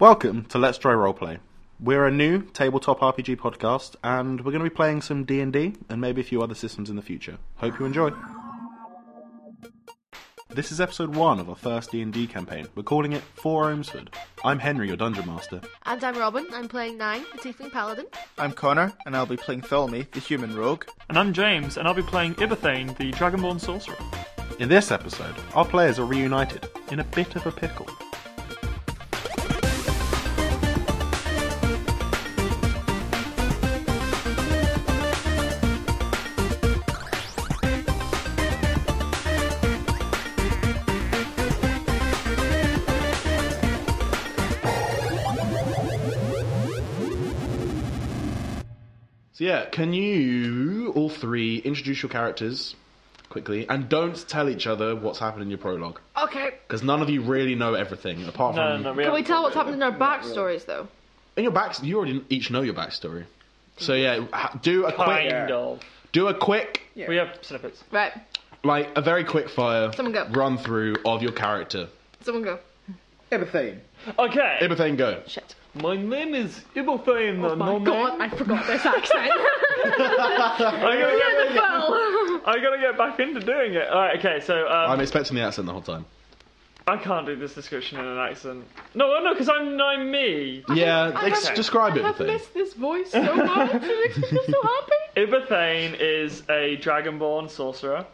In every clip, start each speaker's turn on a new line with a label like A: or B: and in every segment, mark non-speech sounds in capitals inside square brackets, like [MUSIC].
A: Welcome to Let's Try Roleplay. We're a new tabletop RPG podcast, and we're going to be playing some D and D and maybe a few other systems in the future. Hope you enjoy. This is episode one of our first D and D campaign. We're calling it Four Ohmsford. I'm Henry, your dungeon master.
B: And I'm Robin. I'm playing Nine, the Tiefling Paladin.
C: I'm Connor, and I'll be playing Thelmy, the human rogue.
D: And I'm James, and I'll be playing Ibethane, the Dragonborn Sorcerer.
A: In this episode, our players are reunited in a bit of a pickle. So yeah, can you all three introduce your characters quickly and don't tell each other what's happened in your prologue
B: Okay.
A: because none of you really know everything apart
D: No,
A: from
D: no, no, we
B: Can we
D: haven't-
B: tell what's happened in our backstories, though?
A: in your back. You already each know your backstory. So yeah, ha- do a quick,
D: kind of.
A: do a quick,
D: We have snippets.
B: Right.
A: like a very quick fire
B: Someone go.
A: run through of your character.
B: Someone go.
C: Everything.
D: Okay.
A: Ibethane, go.
B: Shit.
D: My name is Ibethane.
B: Oh my god, I forgot this [LAUGHS] accent.
D: I gotta, get,
B: well,
D: I gotta get back into doing it. Alright, okay, so
A: I'm
D: um,
A: expecting the accent the whole time.
D: I can't do this description in an accent. No, no, because I'm, I'm me.
A: Yeah,
B: I
A: ex-
B: have-
A: describe
B: I have
A: Ibethane.
B: missed this voice so much. It makes me so happy.
D: Ibethane is a dragonborn sorcerer.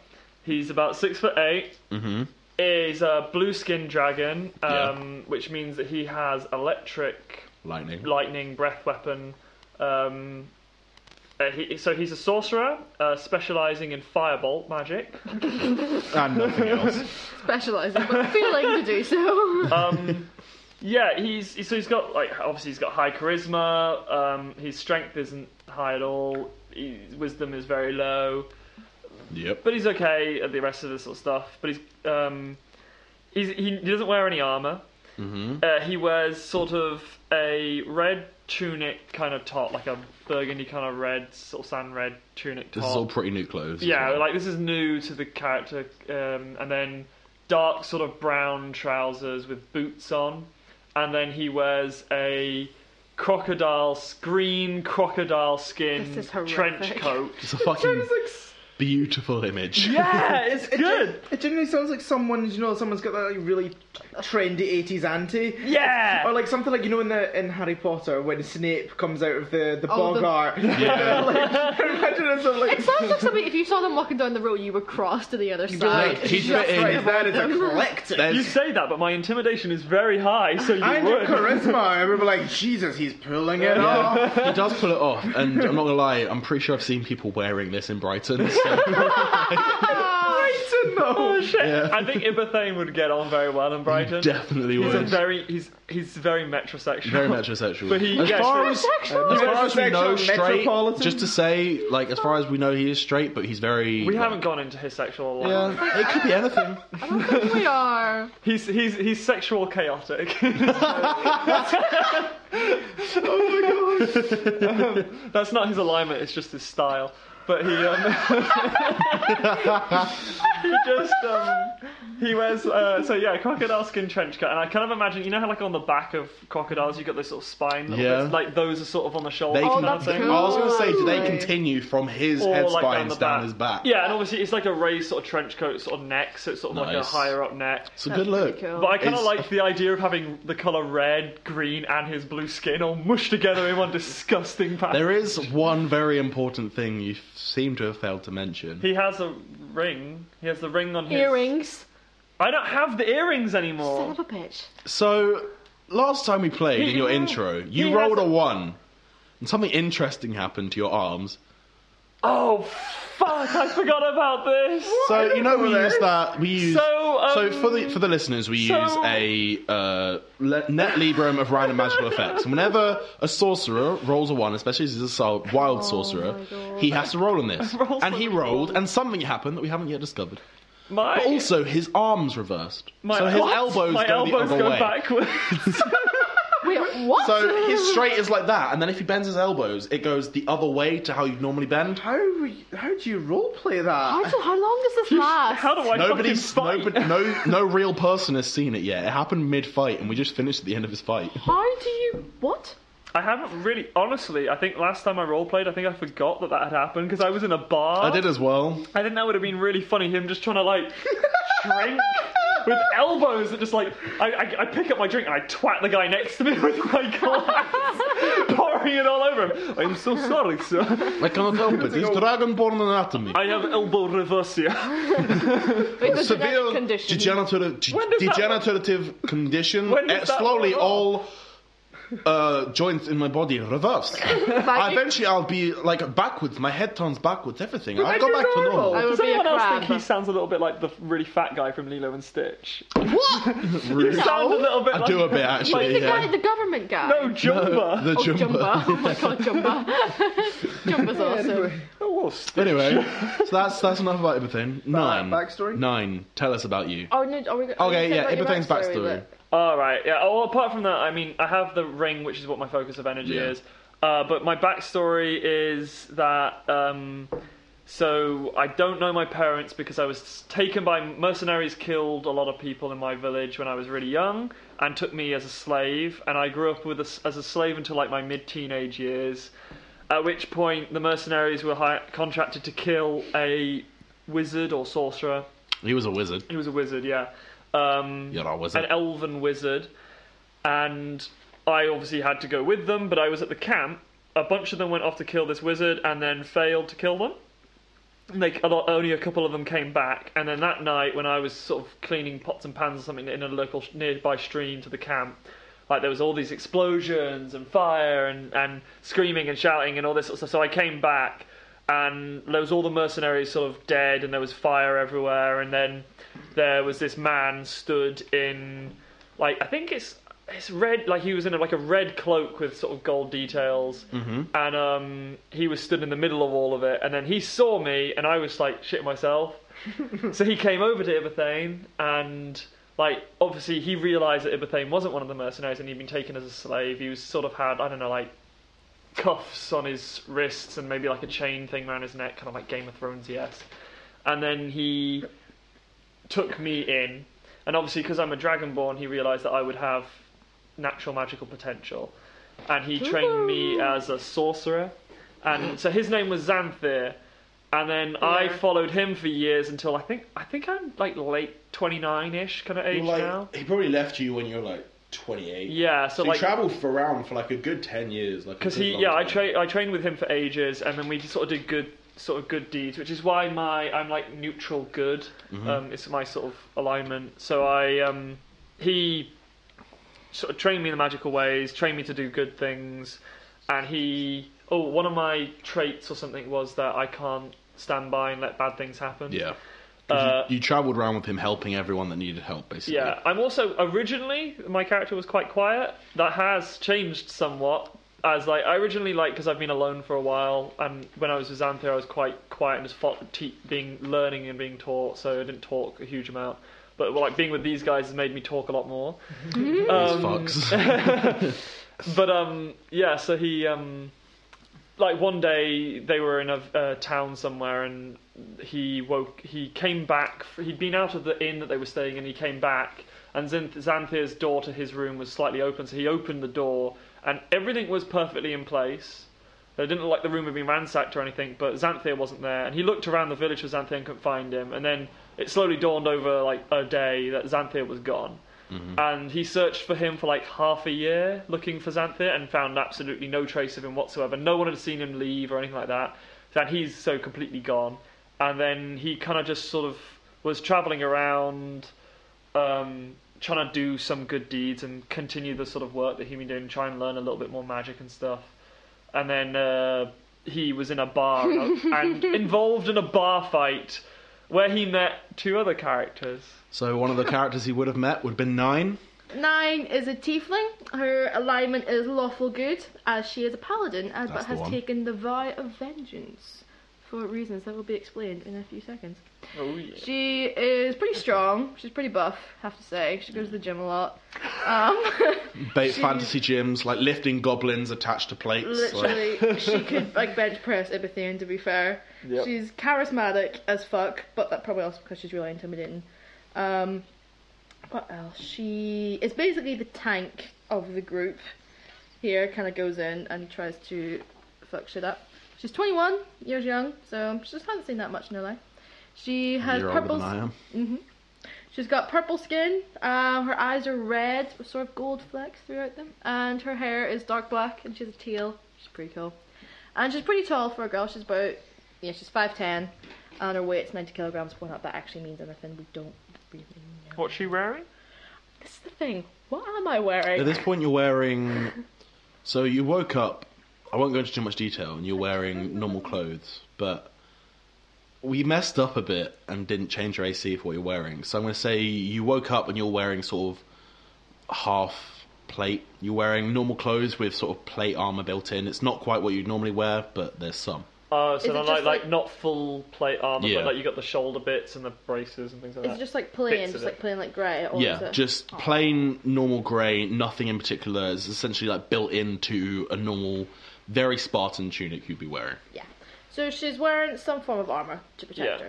D: He's about six foot 8 Mm-hmm. Is a blue skinned dragon, um,
A: Yeah.
D: which means that he has electric,
A: Lightning.
D: lightning, breath weapon. Um, uh, he, so he's a sorcerer, uh, specializing in firebolt magic.
A: and nothing else.
D: [LAUGHS]
B: Specialising, but feeling to do so.
A: Uh,
D: Um, yeah, he's so he's got like obviously he's got high charisma. Um, his strength isn't high at all. His wisdom is very low.
A: Yep.
D: but he's okay at the rest of this sort of stuff. But he's um, he's, he doesn't wear any armor. Uh, he wears sort of a red tunic kind of top, like a burgundy kind of red, sort of sand red tunic top.
A: This is all pretty new clothes. as
D: yeah,
A: well.
D: like this is new to the character, um, and then dark sort of brown trousers with boots on, and then he wears a crocodile green crocodile skin
B: This is horrific.
D: trench
B: [LAUGHS]
D: coat.
A: it's a fucking beautiful image.
D: Yeah, it's good.
C: It generally sounds like someone, you know, someone's got that like, really trendy 80s auntie.
D: Yeah.
B: Oh,
C: Or like something like, you know, in the in Harry Potter when Snape comes out of the, the
B: Oh, the-
C: bogart.
A: Yeah.
C: like, imagine it's sort of like.
B: It sounds like somebody, if you saw them walking down the road, you would cross to the other
A: like,
B: side.
A: he's
C: That's
A: fitting.
C: right, that is eclectic.
D: You [LAUGHS]
A: There's-
D: say that, but my intimidation is very high, so you
C: And your
D: would.
C: charisma, everybody like, Jesus, he's pulling it off.
A: [LAUGHS] Yeah, he does pull it off, and I'm not gonna lie, I'm pretty sure I've seen people wearing this in Brighton.
D: [LAUGHS]
A: So.
B: "Ah,
C: Brighton, though.
D: [LAUGHS] Oh, shit.
A: Yeah.
D: I think Ibethane would get on very well in Brighton.
A: Definitely
D: he's a
A: would.
D: very he's he's very metrosexual.
A: Very metrosexual.
D: But he
A: as
D: gets-
A: far as, as
B: Metrosexual?
A: far as we know,
C: Metrosexual,
A: straight.
C: metropolitan.
A: Just to say, like, as far as we know, he is straight, but he's very.
D: We haven't gone into his sexual life.
A: Yeah, it could be
B: [LAUGHS]
A: anything.
B: we are.
D: He's he's he's
A: [LAUGHS]
D: sexual chaotic. [LAUGHS]
C: Oh my god.
D: Um, That's not his alignment. It's just his style. But he um, [LAUGHS] he just um, he wears uh, so yeah crocodile skin trench coat, and I kind of imagine you know how like on the back of crocodiles you got this sort of spine. Little
A: Yeah.
D: bits, like those are sort of on the shoulder.
A: They
B: Oh,
A: can,
D: kind of
B: that's
D: thing.
A: I was gonna say, do they
B: Lovely.
A: continue from his
D: Or,
A: head
D: like,
A: spines
D: the
A: down, his back?
D: Yeah, and obviously it's like a raised sort of trench coat sort of neck, so it's sort of like a
A: Nice.
D: higher up neck.
A: it's a good look.
B: Cool.
D: But I kind of
A: It's-
D: like the idea of having the color red, green, and his blue skin all mushed together in one disgusting pattern.
A: There is one very important thing you seem to have failed to mention.
D: He has a ring. He has the ring on his
B: Earrings.
D: I don't have the earrings
B: Son
D: anymore.
B: of a bitch.
A: So, last time we played in your
D: He-
A: intro, you
D: he
A: rolled a
D: has a-
A: one, and something interesting happened to your arms.
D: Oh fuck! I forgot about this.
A: So you know we
C: know
A: use
C: this.
A: that we use.
D: So, um,
A: so for the for the listeners, we
D: so-
A: use a uh, le- net librum of
D: [LAUGHS]
A: random magical effects. And Whenever a sorcerer rolls a one, especially if he's a sol-
D: Oh
A: wild sorcerer,
B: God.
A: he has to roll on
D: [LAUGHS]
A: this,
D: Roll
A: and he
D: something
A: rolled, and something happened that we haven't yet discovered.
D: My
A: Also, his arms reversed,
D: my
A: so his
D: what?
A: elbows
D: my
A: go
D: elbows
A: the other [LAUGHS]
D: go
A: way.
D: backwards.
B: Wait, What?
A: So his straight is like that, and then if he bends his elbows, it goes the other way to how you'd normally bend.
C: How were you- how do you roleplay
B: How,
C: that?
B: do- how long does this last?
D: How do I
A: Nobody's
D: fucking fight?
A: nobody, no no real person has seen it yet. It happened mid fight, and we just finished at the end of his fight.
B: How do you what?
D: I haven't really, honestly. I think last time I roleplayed, I think I forgot that that had happened because I was in a bar.
A: I did as well.
D: I think that would have been really funny. Him just trying to like drink with elbows that just like I, I, I pick up my drink and I twat the guy next to me [LAUGHS] with my glass, [LAUGHS] pouring it all over him. I'm so sorry, sir.
A: I cannot help it. It's dragonborn anatomy.
D: I have elbow reversia.
B: It's a
A: Severe
B: genetic condition.
A: degenerative,
D: When does that-
A: degenerative condition.
D: When does
A: Uh,
D: that
A: slowly,
D: roll
A: all uh, joints in my body
D: [LAUGHS]
A: reverse.
B: Magic-
A: Eventually, I'll be like backwards. My head turns backwards. Everything. I'll
C: then
A: go
C: you're
A: back to
C: normal.
A: normal.
B: I would
D: Does
B: be a
D: anyone else think
B: crab.
D: he sounds a little bit like the really fat guy from Lilo and Stitch?
A: What? Rude.
D: Sounds a little
A: [LAUGHS]
D: bit.
A: I
D: like,
A: do a bit
B: You mean
A: actually.
B: the
A: yeah.
B: guy, the government guy?
D: No, Jumba.
A: The
B: oh,
A: jumper.
B: Jumba. [LAUGHS] Oh my god, Jumba. Jumba's awesome.
D: Oh, well,
A: [LAUGHS]
D: Stitch.
A: Anyway, so that's that's enough about Ibethane. Nine.
C: backstory?
A: Nine. Tell us about you.
B: Oh no, are we going
A: Okay, yeah, Ibethane's backstory.
D: All right. Yeah. Oh, apart from that, I mean, I have the ring, which is what my focus of energy
A: Yeah.
D: is. Uh, but my backstory is that um, so I don't know my parents because I was taken by mercenaries, killed a lot of people in my village when I was really young, and took me as a slave. And I grew up with a s as a slave until like my mid-teenage years. At which point, the mercenaries were hi- contracted to kill a wizard or sorcerer.
A: He was a wizard.
D: He was a wizard, yeah. Um,
A: You're a wizard.
D: An elven wizard. And I obviously had to go with them, but I was at the camp. A bunch of them went off to kill this wizard and then failed to kill them. And They, a lot, only a couple of them came back, and then that night when I was sort of cleaning pots and pans or something in a local nearby stream to the camp, like there was all these explosions and fire and, and screaming and shouting and all this sort of stuff. So I came back, and there was all the mercenaries sort of dead, and there was fire everywhere, and then there was this man stood in like I think it's it's red like he was in a, like a red cloak with sort of gold details and um he was stood in the middle of all of it and then he saw me and I was like shit myself so he came over to Ibethane and like obviously he realized that Ibethane wasn't one of the mercenaries and he'd been taken as a slave he was sort of had I don't know like cuffs on his wrists and maybe like a chain thing around his neck kind of like Game of Thrones yes and then he took me in, and obviously because I'm a dragonborn, he realised that I would have natural magical potential, and he trained me as a sorcerer, and so his name was Xanthir, and then I
B: Yeah.
D: followed him for years until I think I think I'm like late 29ish kind of age now.
A: he probably left you when you were like 28.
D: Yeah, so, like
A: traveled for around for like a good 10 years. Like
D: because he yeah I tra- I trained with him for ages, and then we just sort of did good sort of good deeds, which is why my I'm like neutral good. Um, it's my sort of alignment. So I um, he sort of trained me in the magical ways, trained me to do good things, and he oh one of my traits or something was that I can't stand by and let bad things happen.
A: Yeah. 'Cause
D: Uh,
A: you, you traveled around with him helping everyone that needed help, basically.
D: yeah, I'm also originally my character was quite quiet. That has changed somewhat. As like I originally like because I've been alone for a while, and when I was with Xanthir, I was quite quiet and just fought, te- being learning and being taught, so I didn't talk a huge amount. But well, like being with these guys has made me talk a lot more.
A: These
D: Um,
A: fucks.
D: [LAUGHS] But um, yeah, so he um, like one day they were in a uh, town somewhere, and he woke. He came back. He'd been out of the inn that they were staying in. He came back, and Xanth- Xanthir's door to his room was slightly open, so he opened the door, and everything was perfectly in place. It didn't look like the room had been ransacked or anything, but Xanthir wasn't there, and he looked around the village for Xanthir and couldn't find him. And then it slowly dawned over like a day that Xanthir was gone. And he searched for him for like half a year looking for Xanthir and found absolutely no trace of him whatsoever. No one had seen him leave or anything like that. That he's so completely gone. And then he kind of just sort of was traveling around, um, trying to do some good deeds and continue the sort of work that he'd been doing, try and learn a little bit more magic and stuff. And then uh, he was in a bar and involved in a bar fight where he met two other characters.
A: so one of the characters he would have met would have been nine.
B: Nine is a tiefling. Her alignment is lawful good, as she is a paladin, uh, but
A: That's the
B: has
A: one.
B: taken the vow of vengeance for reasons that will be explained in a few seconds.
D: Oh yeah.
B: She is pretty strong. She's pretty buff, have to say. She goes to the gym a lot. Um, [LAUGHS]
A: Ba-
B: she-
A: fantasy gyms, like lifting goblins attached to plates. like-
B: Literally, she
A: [LAUGHS]
B: could like bench press everything. To be fair,
D: Yep.
B: she's charismatic as fuck, but that probably also because she's really intimidating. Um, what else? She is basically the tank of the group. Here, kind of goes in and tries to fuck shit up. She's 21 years young, so she just hasn't seen that much in her life. She has
A: You're older
B: purple.
A: than I am.
B: hmm She's got purple skin. Uh, her eyes are red with sort of gold flecks throughout them, and her hair is dark black, and she has a tail. She's pretty cool, and she's pretty tall for a girl. She's about yeah, she's five ten, and her weight's ninety kilograms. What not that actually means anything, we don't really know.
D: What's she wearing?
B: This is the thing. What am I wearing?
A: At this point, you're wearing. So you woke up. I won't go into too much detail, and you're wearing normal clothes, but we messed up a bit and didn't change your AC for what you're wearing. So I'm going to say you woke up and you're wearing sort of half plate. You're wearing normal clothes with sort of plate armor built in. It's not quite what you'd normally wear, but there's some.
D: Oh,
B: Is
D: so
B: it
D: not
B: just
D: like, like
B: like-
D: not full plate armor,
A: Yeah.
D: but like you got the shoulder bits and the braces and things like
B: Is
D: that.
B: it just like plain,
D: Bits of
B: just
D: it.
B: like plain like grey? Or is
A: yeah,
B: it...
A: just plain normal grey, nothing in particular. It's essentially like built into a normal, very Spartan tunic you'd be wearing.
B: yeah. So she's wearing some form of armor to protect
D: Yeah.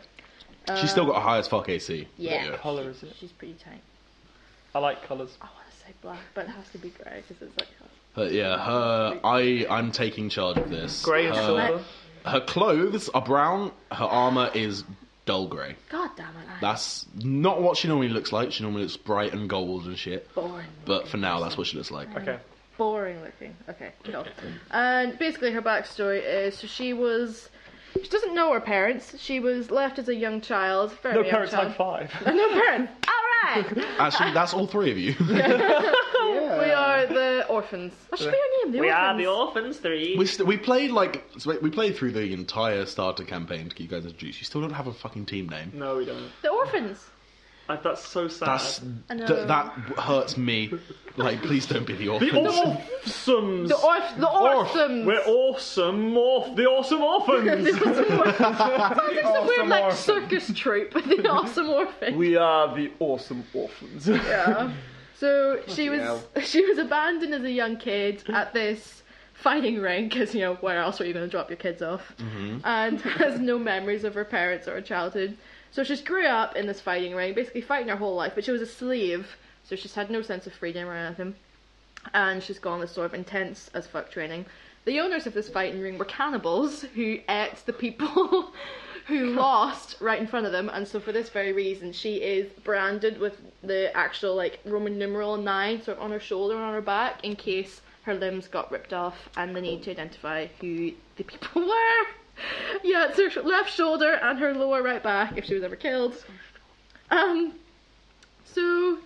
B: her.
A: She's still got a high as fuck AC. but
B: Yeah.
D: What colour is it?
B: She's pretty tight.
D: I like colours.
B: I want to say black, but it has to be grey because it's like.
A: But yeah, her I I'm taking charge of this.
D: Grey and
A: her,
D: silver.
A: Her clothes are brown. Her armor is dull grey.
B: God damn it! I
A: That's not what she normally looks like. She normally looks bright and gold and shit.
B: boring.
A: But for now, that's what she looks like.
D: Okay.
B: boring looking. Okay, cool. And basically, her backstory is so she was. She doesn't know her parents. She was left as a young child. Very
D: No
B: young
D: parents
B: child.
D: high
B: [LAUGHS]
D: five.
B: No parents. All right.
D: [LAUGHS]
A: Actually, that's all three of you.
B: We are the orphans. That should be our name. The
D: we
B: orphans.
D: are the orphans three.
A: we st- we played like so we played through the entire starter campaign to get you guys introduced. You still don't have a fucking team name.
D: No, we don't.
B: The orphans.
D: Uh, that's so sad.
A: That's
B: I know.
A: th- that hurts me. Like, please don't be the orphans.
D: the awesome.
B: The orf. The [LAUGHS] orphans.
D: We're awesome. Morph the awesome
B: [LAUGHS]
D: orphans.
B: It's a weird
D: awesome
B: like
D: orphans.
B: circus troupe. The awesome orphans.
D: we are the awesome orphans. [LAUGHS]
B: Yeah. So she was
C: hell.
B: [LAUGHS] she was abandoned as a young kid at this fighting ring because you know where else were you going to drop your kids off? And [LAUGHS] has no memories of her parents or her childhood. So she's grew up in this fighting ring, basically fighting her whole life. But she was a slave, so she's had no sense of freedom or anything. And she's gone this sort of intense as fuck training. The owners of this fighting ring were cannibals who ate the people [LAUGHS] who lost right in front of them, and so for this very reason, she is branded with the actual like Roman numeral nine, sort of on her shoulder and on her back, in case her limbs got ripped off and they need to identify who the people [LAUGHS] were. Yeah, it's her sh- left shoulder and her lower right back if she was ever killed. Um, so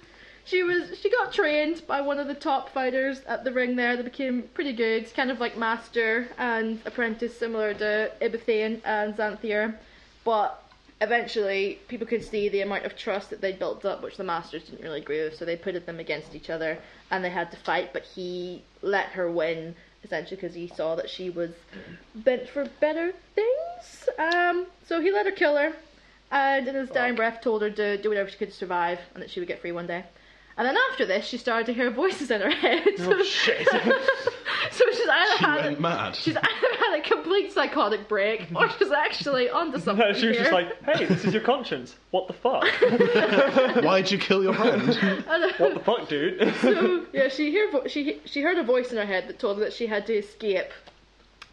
B: she was she got trained by one of the top fighters at the ring there that became pretty good, kind of like master and apprentice similar to Ibithane and Xanthier. But eventually people could see the amount of trust that they'd built up, which the masters didn't really agree with, so they pitted them against each other and they had to fight, but he let her win essentially because he saw that she was bent for better things. Um, so he let her kill her and in his dying breath told her to do whatever she could to survive and that she would get free one day. And then after this, she started to hear voices in her head. Oh, shit. [LAUGHS] so she's either
A: She
B: had
A: went mad.
B: she's [LAUGHS] either had a complete psychotic
D: [LAUGHS]
B: break or she's actually onto something.
D: she was just
B: here.
D: like, "Hey, this is your conscience. What
B: [LAUGHS]
D: the fuck?
A: Why'd you kill your friend?
D: What the fuck, dude?" [LAUGHS]
B: so [LAUGHS] yeah, she hear vo- she she heard a voice in her head that told her that she had to escape,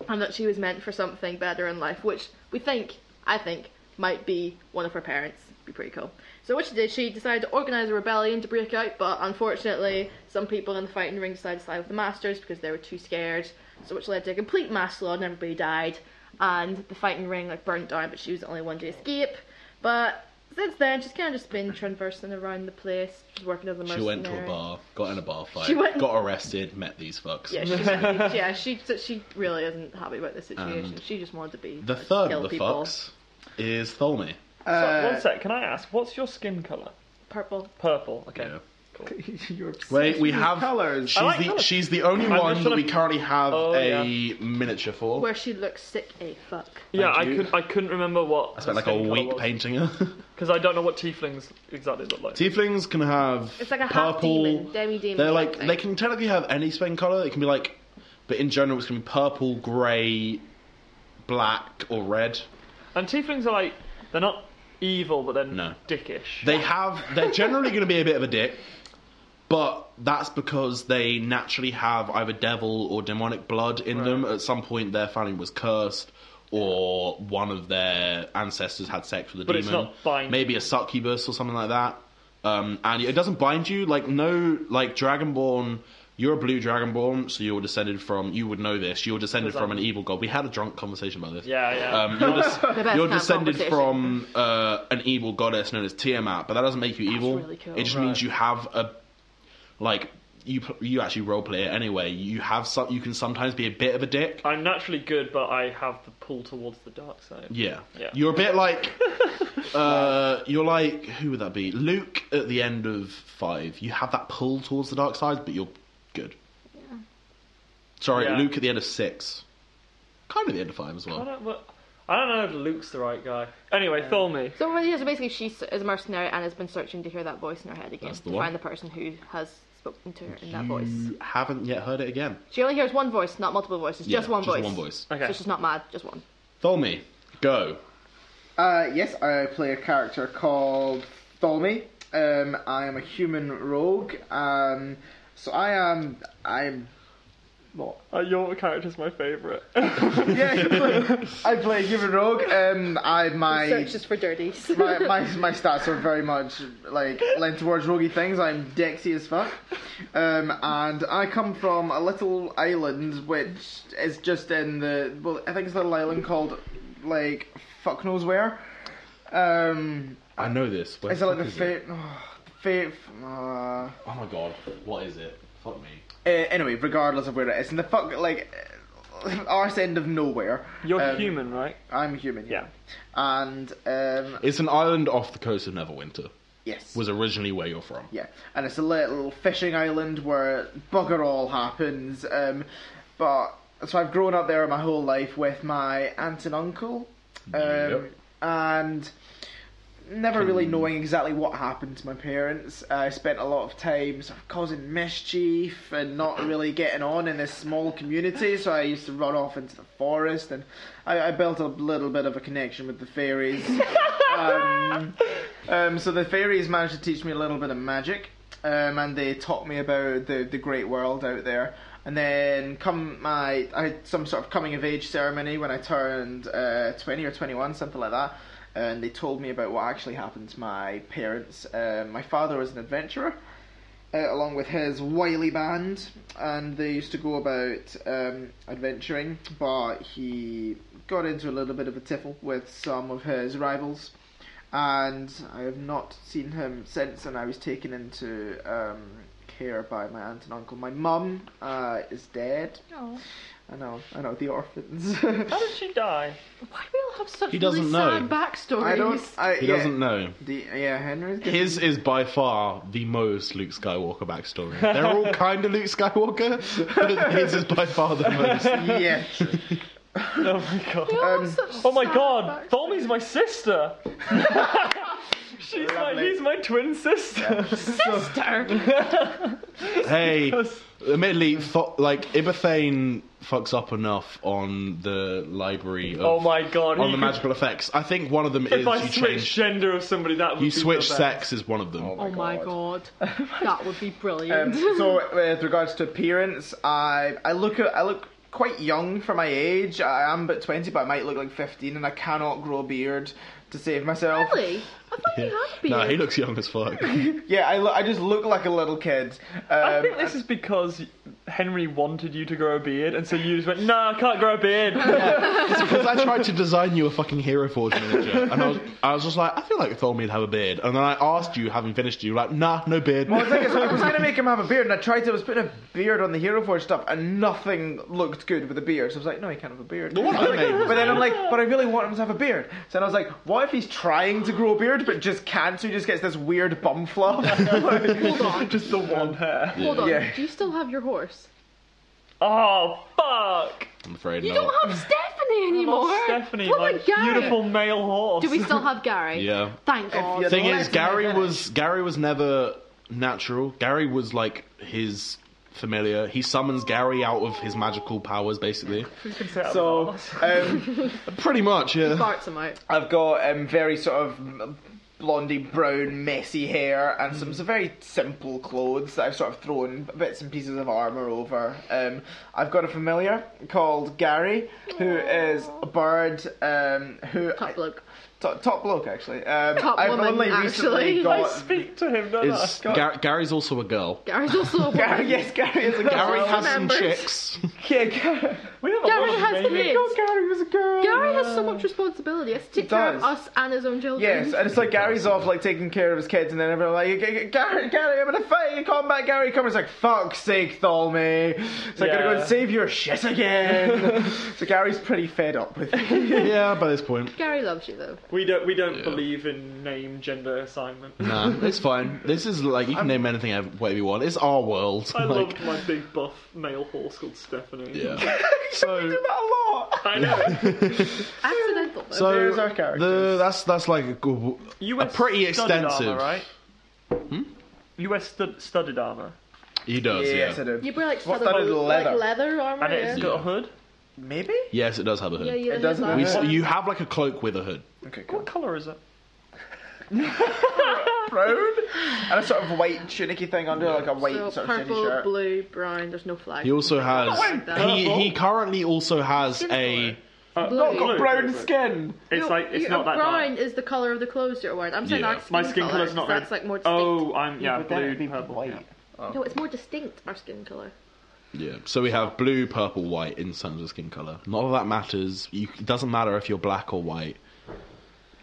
B: and that she was meant for something better in life, which we think I think might be one of her parents. Be pretty cool. So what she did, she decided to organize a rebellion to break out, but unfortunately, some people in the fighting ring decided to side with the masters because they were too scared. So which led to a complete mass slaughter, and everybody died, and the fighting ring like burnt down, but she was the only one to escape. But since then, she's kind of just been traversing around the place, just working as a mercenary.
A: she went to a bar, got in a bar fight,
B: She went-
A: got arrested, met these fucks. [LAUGHS]
B: Yeah, she's happy. yeah, she she really isn't happy about the situation. she just wanted to be
A: Um, The
B: to
A: third
B: kill
A: of the
B: people.
A: fucks is Tholme.
D: So,
C: Uh,
D: one sec. Can I ask, what's your skin color?
B: Purple.
D: Purple. Okay.
C: [LAUGHS] You're obsessed
A: Wait, we
C: with
A: have-
C: colors.
A: She's
D: I like
A: the
D: colours.
A: she's the only
D: just
A: one that
D: gonna-
A: we currently have
D: Oh,
A: a miniature for.
B: Where she looks sick a fuck.
D: Yeah, I
A: you.
D: could I couldn't remember what.
A: I spent like a week painting [LAUGHS] her.
D: because I don't know what tieflings exactly look like.
A: Tieflings can have
B: It's like a half
A: purple.
B: demon, demi demon.
A: They're like they can technically have any skin color. It can be like, but in general, it's gonna be purple, grey, black, or red.
D: and tieflings are like they're not evil, but they're
A: No.
D: dickish.
A: They have they're generally gonna be a bit of a dick, but that's because they naturally have either devil or demonic blood in them. At some point, their family was cursed. Or one of their ancestors had sex with a
D: But
A: demon.
D: it's not binding.
A: Maybe a succubus or something like that. Um, and it doesn't bind you. Like no, like Dragonborn. You're a blue Dragonborn, so you're descended from. You would know this. You're descended from an
D: Exactly.
A: evil god. We had a drunk conversation about this.
D: yeah, yeah.
A: Um, you're, des-
B: [LAUGHS] The best
A: you're
B: kind of
A: descended
B: conversation.
A: from uh, an evil goddess known as Tiamat, but that doesn't make you evil.
B: really cool.
A: It just means you have a like you pl- you actually roleplay it anyway. You have some. You can sometimes be a bit of a dick.
D: [LAUGHS] I'm naturally good, but I have the pull towards the dark side.
A: Yeah.
D: Yeah.
A: You're a bit
D: [LAUGHS]
A: like uh, you're like who would that be? Luke at the end of five. You have that pull towards the dark side, but you're good. Sorry,
D: Yeah.
A: Luke at the end of six. Kind of the end of five as
D: I
A: well.
D: don't, what, I don't know if Luke's the right guy. Anyway, film me.
B: So well, yeah, so basically she s- is a mercenary and has been searching to hear that voice in her head again
A: That's the
B: to
A: one.
B: find the person who has spoken to her in that voice.
A: You haven't yet heard it again.
B: She only hears one voice, not multiple voices, just
A: Yeah,
B: one voice.
A: Just one voice.
D: Okay.
B: So she's not mad, just one.
A: Tholme, go.
C: Uh, yes, I play a character called Tholme. Um, I am a human rogue. Um, so I am. I'm. [LAUGHS] What?
D: Uh, your character's
A: [LAUGHS]
D: my favourite.
C: Yeah, I play, I play a human rogue. Um, I my.
B: Searches for
C: [LAUGHS]
B: dirties.
D: [LAUGHS]
C: my, my my stats are very much like lent towards roguey things. I'm dexy as fuck, um, and I come from a little island which is just in the well, I think it's a little island called like fuck knows where. Um,
A: I know this. Where
C: is it like
A: fuck
C: the
A: is
C: fate? Oh, fate. Uh,
A: Oh my god, what is it? Fuck me.
C: uh, anyway, regardless of where it is, in the fuck like uh, arse end of nowhere.
D: You're
C: Um,
D: human, right?
C: I'm human.
D: Yeah.
C: And um,
A: It's an island off the coast of Neverwinter.
C: yes.
A: Was originally where you're from.
C: Yeah, and it's a little fishing island where bugger all happens. Um, but so I've grown up there my whole life with my aunt and uncle, um,
A: Yep.
C: and never really knowing exactly what happened to my parents. I spent a lot of time sort of causing mischief and not really getting on in this small community. So I used to run off into the forest, and I, I built a little bit of a connection with the fairies. um, um, so the fairies managed to teach me a little bit of magic, um, and they taught me about the the great world out there. And then come my I had some sort of coming of age ceremony when I turned uh, twenty or twenty one, something like that. And they told me about what actually happened to my parents. Um my father was an adventurer, uh, along with his wily band, and they used to go about um, adventuring. But he got into a little bit of a tiffle with some of his rivals, and I have not seen him since. And I was taken into um, care by my aunt and uncle. My mum uh, is dead.
B: Oh,
C: I know, I know, the orphans. [LAUGHS]
D: How did she die?
B: why do we all have such
A: He doesn't
B: really
A: know.
B: sad backstories?
C: I don't. I,
A: He
C: yeah,
A: doesn't know.
C: The, yeah,
A: [LAUGHS]
C: Henry's. getting-
A: His is by far the most Luke Skywalker backstory. They're
D: [LAUGHS]
A: all kind of Luke Skywalker, but his is by far the most.
C: Yeah.
D: [LAUGHS] Oh my god.
B: We all have
C: Um,
B: such
D: Oh my
B: sad
D: god,
B: backstories.
D: Tholme's my sister! [LAUGHS] She's my,
C: Lovely.
D: he's my twin sister.
B: [LAUGHS] Sister.
A: Hey, admittedly, fo- like Ibethane fucks up enough on the library. Of,
D: oh my god.
A: On
D: he
A: the
D: could-
A: magical effects, I think one of them is
D: If I
A: you
D: switch
A: change.
D: gender of somebody, that would
A: You
D: be the
A: switch
D: best.
A: sex is one of them.
B: Oh my god. That would be
C: [LAUGHS] Um,
B: brilliant.
C: [LAUGHS] so with regards to appearance, I I look I look quite young for my age. I am but twenty, but I might look like fifteen, and I cannot grow a beard to save myself.
B: really? I thought
A: Yeah.
B: you had
A: No,
B: beard.
A: he [LAUGHS] looks young as fuck.
C: Yeah, I, lo- I just look like a little kid. Um,
D: I think this is because Henry wanted you to grow a beard, and so you just went, "No, I can't grow
B: [LAUGHS]
D: a beard."
A: Because I tried to design you a fucking Hero Forge miniature, and I was, I was just like, I feel like Tholme'd have a beard. And then I asked you, having finished, you were like, nah, no beard.
C: Well, the thing is, I was gonna make him have a beard, and I tried to. I was putting a beard on the Hero Forge stuff, and nothing looked good with a beard. So I was like, no, he can't have a beard.
A: The one I
C: But like-
A: made was
C: but then I'm
A: good.
C: like, but I really want him to have a beard. So then I was like, what if he's trying to grow a beard but just can't? So he just gets this weird bum fluff. [LAUGHS]
B: Hold on.
D: just the one hair.
B: Hold on.
C: Yeah.
B: Do you still have
A: [LAUGHS]
B: your horse?
D: Oh fuck!
A: I'm afraid
B: You
A: not.
B: don't have Stephanie
D: Not
B: anymore.
D: Stephanie,
B: What
D: my
B: about Gary?
D: beautiful male horse.
B: Oh
D: [LAUGHS]
B: Do we
C: [LAUGHS]
B: still have Gary?
A: Yeah.
B: Thank [LAUGHS]
C: you're
B: God.
C: the
A: Thing
C: Well,
A: is,
C: that's my
A: Gary
C: advantage.
A: was Gary was never natural. Gary was like his familiar. He summons Gary out of his magical powers, basically.
C: so um,
A: Pretty much, yeah.
B: Farts him out.
C: I've got um, very sort of blondie brown messy hair and
B: Mm-hmm.
C: some, some very simple clothes that I've sort of thrown bits and pieces of armor over. Um, I've got a familiar called Gary who is a bird um, who
B: Top bloke.
C: Top, top bloke, actually. Um,
B: Top
C: I've
B: woman,
C: only recently
B: actually.
D: I
C: got.
B: [LAUGHS]
D: speak to him. No, no.
A: Is Gar- Gary's also a girl.
B: Gary's also a
C: [LAUGHS] Gary,
B: woman.
C: yes, Gary is a girl.
A: Gary has some
B: Members.
A: chicks. [LAUGHS]
C: yeah, Gary,
D: We have a
B: Gary
D: lot of
B: has
D: naming.
B: kids.
C: oh, Gary was a girl.
B: Gary has so much responsibility. He has to
C: He
B: take care of
C: does.
B: us and his own children.
C: Yes, and it's like Gary's off, like taking care of his kids, and then everyone like, "G- G- Gary, Gary, I'm in a fight, in combat, Gary, come. It's like, fuck's sake, Tholme. So I gotta go
D: Yeah.
C: and save your shit again. so Gary's pretty fed up with it.
A: [LAUGHS]
C: [LAUGHS]
A: yeah, by this point.
B: [LAUGHS] Gary loves you though.
D: We don't. We don't
A: Yeah.
D: believe in name gender assignment.
A: Nah, it's fine. This is like you can name anything ever- whatever you want. It's our world.
D: [LAUGHS]
A: [LAUGHS]
D: I
A: like,
D: loved my big buff male horse called Stephanie.
A: yeah.
C: we
A: So
C: do that a lot.
D: I [LAUGHS] know.
B: Accidental though.
A: so
C: There's our characters.
A: the that's that's like a, good-
D: You
A: a
D: wear
A: pretty
D: studded
A: extensive.
D: armor, right?
A: Hmm?
D: You wear stud- studded armor,
A: He does.
C: Yes,
A: yeah.
C: I do.
B: you wear like,
C: What's
B: leather,
C: that,
B: like
C: leather?
B: leather armor.
D: and it's
B: yeah.
D: got a
A: Yeah.
D: hood.
C: Maybe.
A: Yes, it does have a hood.
B: yeah, you
C: It doesn't
A: We,
C: have
A: s-
C: a
A: you have like a cloak with a hood.
C: Okay, cool.
D: What color is it?
C: Brown and a sort of white tunicky thing under, like a [LAUGHS]
A: [LAUGHS]
C: white
B: So
C: sort of shitty
B: purple,
C: shirt.
B: blue, brown. There's no flag.
A: He also has.
B: Like that.
A: He he currently also has
B: Skin
A: a.
B: colour.
D: Uh,
B: Blue.
C: Not
B: Blue,
C: got brown skin.
D: It's
B: No,
D: like it's
B: you-
D: not that
B: brown
D: dark.
B: is the color of the clothes you're wearing. I'm saying
A: Yeah.
B: that's
D: My skin colour's not
B: That's
D: very-
B: like more distinct.
D: Oh, I'm yeah,
C: But then
D: blue,
C: it'd be
D: purple.
C: white.
D: yeah.
B: No, it's more distinct. Our skin color.
A: Yeah. So we have blue, purple, white in terms of skin color. Not that that matters. You, it doesn't matter if you're black or white.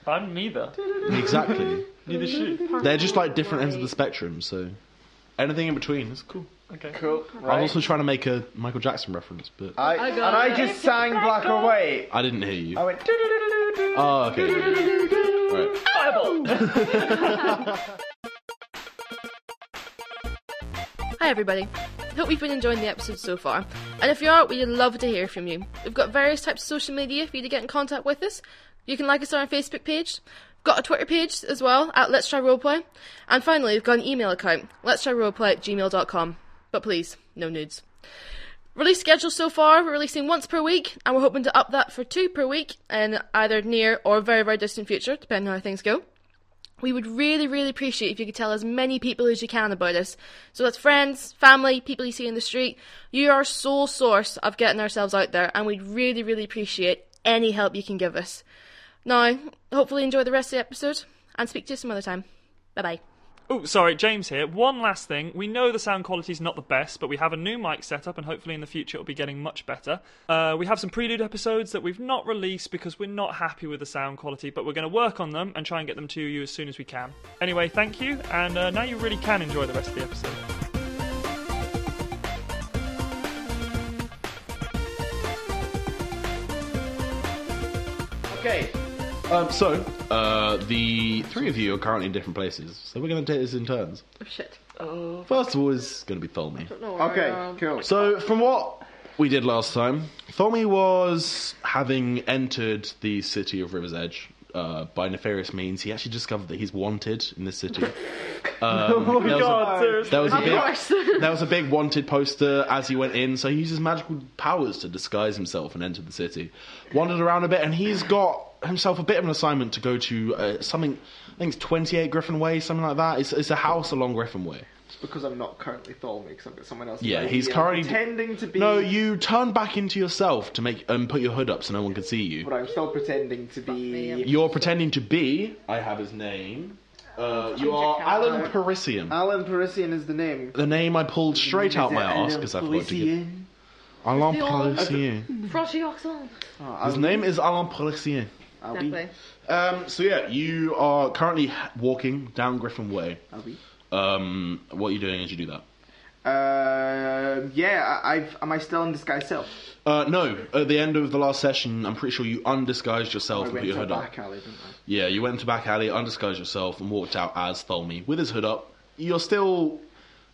D: I'm neither.
B: [LAUGHS]
A: Exactly.
D: Neither should.
A: They're just like different ends of the spectrum. So anything in between is cool.
D: Okay.
C: Cool.
A: I
C: Right.
A: was also trying to make a Michael Jackson reference, but
C: I,
B: I
C: and
B: got
C: I
B: it.
C: just sang black or white.
A: I didn't hear you.
C: I went. "Doo-doo-doo-doo-doo-doo."
A: Oh, okay. Right.
B: Hi, everybody. Hope you've been enjoying the episode so far. And if you are, we'd love to hear from you. We've got various types of social media for you to get in contact with us. You can like us on our Facebook page. We've got a Twitter page as well, at Let's Try Roleplay. And finally, we've got an email account, let's try roleplay at gmail.com. But please, no nudes. Release schedule so far, we're releasing once per week, and we're hoping to up that for two per week in either near or very, very distant future, depending on how things go. We would really, really appreciate if you could tell as many people as you can about us. So that's friends, family, people you see in the street. You are our sole source of getting ourselves out there, and we'd really, really appreciate any help you can give us. Now, hopefully, you enjoy the rest of the episode, and speak to you some other time. Bye bye.
D: Oh, sorry, James here. One last thing. We know the sound quality's not the best, but we have a new mic set up, and hopefully in the future it'll be getting much better. Uh, we have some prelude episodes that we've not released because we're not happy with the sound quality, but we're going to work on them and try and get them to you as soon as we can. Anyway, thank you, and uh, now you really can enjoy the rest of the episode.
C: Okay.
A: Um, so uh, the three of you are currently in different places, so we're going to take this in turns.
B: Oh, shit.
A: First of all, is going to be Tholme.
C: Okay. Cool.
A: So, from what we did last time, Thormy was having entered the city of River's Edge uh, by nefarious means. He actually discovered that he's wanted in the city. Um, there, was
D: God,
A: a,
D: seriously.
A: there was a
B: Of course.
A: big, there was a big wanted poster as he went in, so he used his magical powers to disguise himself and enter the city. Wandered around a bit, and he's got himself a bit of an assignment to go to uh, something. I think it's 28 Griffin Way, something like that. It's, it's a house along Griffin Way.
C: It's because I'm not currently Tholme, because I've got someone else.
A: Yeah,
C: in my
A: he's
C: ear.
A: currently-
C: pretending to be.
A: No, you turn back into yourself to make and put your hood up so no one can see you.
C: But I'm still pretending to be.
A: You're pretending to be. I have his name. Uh, you
B: Ginger
A: are
B: cat.
A: Alan Parisian.
C: Alan Parisian is the name.
A: The name I pulled straight out my ass because I forgot to get.
C: Parisian.
A: Alan
B: The old-
A: Parisian.
B: Frosty Oxon.
C: Oh,
A: His
C: I'll-
A: name is Alan Parisian.
C: I'll be-
B: Exactly.
A: Um, so yeah, you are currently walking down Griffin Way.
C: I'll be.
A: Um, what are you doing as you do that?
C: Uh, yeah, I, I've. Am I still in disguise self?
A: Uh, no, at the end of the last session, I'm pretty sure you undisguised yourself
C: I
A: and put
C: went
A: your
C: to a
A: hood Oh, up.
C: back alley, didn't I?
A: Yeah, you went to back alley, undisguised yourself, and walked out as Tholme with his hood up. You're still.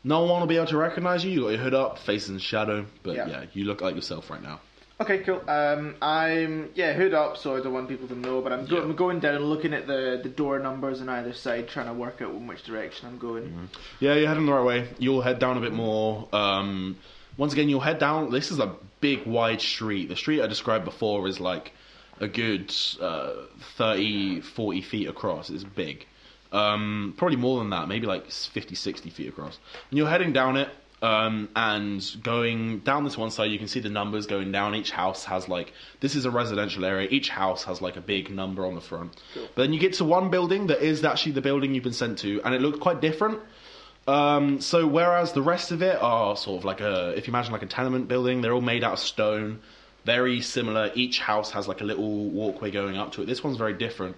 A: No one will be able to recognize you. You got your hood up, face in shadow, but
C: Yeah.
A: yeah, you look like yourself right now.
C: Okay, cool. Um, I'm yeah, hood up, so I don't want people to know. But I'm, go-
A: Yeah.
C: I'm going down, looking at the, the door numbers on either side, trying to work out in which direction I'm going.
A: Mm-hmm. Yeah, you're heading the right way. You'll head down a bit more. Um, once again, you'll head down. This is a big, wide street. The street I described before is like a good uh, 30, 40 feet across. It's big. Um, probably more than that, maybe like 50, 60 feet across. And you're heading down it um, and going down this one side, you can see the numbers going down. Each house has like, this is a residential area. Each house has like a big number on the front. But then you get to one building that is actually the building you've been sent to, and it looked quite different. Um, so whereas the rest of it are sort of like a, if you imagine like a tenement building, they're all made out of stone, very similar. Each house has like a little walkway going up to it. This one's very different.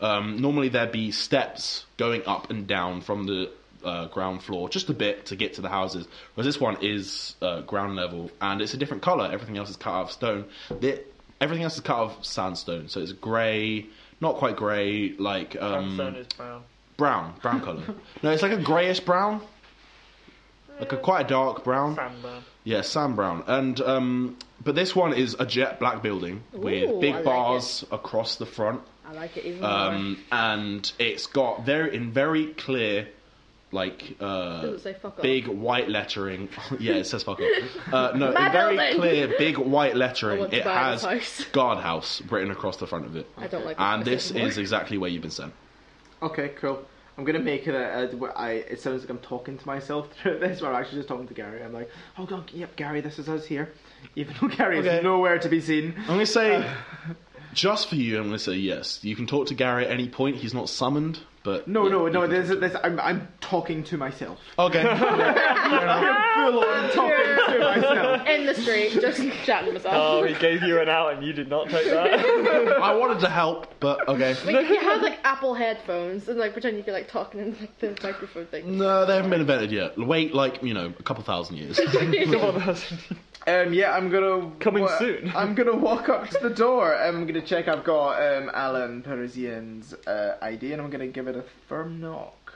A: Um, normally there'd be steps going up and down from the uh, ground floor just a bit to get to the houses, whereas this one is uh, ground level and it's a different color. Everything else is cut out of stone. The, everything else is cut out of sandstone, so it's grey, not quite grey, like um,
D: Sandstone is brown.
A: brown, brown color. no, it's like a greyish brown, like a quite a dark brown.
D: Sandburn.
A: Yeah, sand brown. And um, but this one is a jet black building
E: Ooh,
A: with
E: I
A: big
E: like
A: bars across the front,
E: I like it even more.
A: um, and it's got very in very clear, like uh,
B: Doesn't say fuck off.
A: big white lettering. [LAUGHS] yeah, it says fuck off.
B: [LAUGHS]
A: Uh, no,
B: My
A: in very
B: building.
A: clear big white
B: I
A: lettering.
B: want to
A: It
B: buy
A: has
B: this house.
A: guardhouse written across the front of it.
E: I don't like
A: And
E: this
A: this
E: anymore.
A: is exactly where you've been sent.
C: Okay, cool. I'm gonna make it a, a- where I. It sounds like I'm talking to myself [LAUGHS] through this, but I'm actually just talking to Gary. I'm like, oh god, yep, Gary, this is us here. Even though Gary
A: Okay.
C: is nowhere to be seen.
A: I'm gonna say,
C: Uh,
A: just for you, I'm gonna say yes. You can talk to Gary at any point. He's not summoned, but
C: No,
A: yeah,
C: no,
A: you
C: no.
A: can
C: This,
A: talk to
C: this. I'm, I'm talking to
A: [LAUGHS]
C: myself.
A: him.
C: [LAUGHS]
A: Okay.
C: I'm [LAUGHS] full on talking
A: [LAUGHS]
C: to myself.
B: In the street, just shouting myself.
D: Oh, he gave you an out and you did not
B: [LAUGHS]
D: take that.
A: I wanted to help, but okay.
B: But if you had like Apple headphones and like pretend you could like talking in like the microphone thing.
A: No, they haven't been invented yet. Wait, like you know, a couple thousand
C: [LAUGHS]
A: years.
C: Um, yeah, I'm gonna
D: Coming soon.
C: [LAUGHS] I'm gonna walk up to the door. and I'm gonna check. I've got um, Alan Parisian's uh, ID, and I'm gonna give it a firm knock.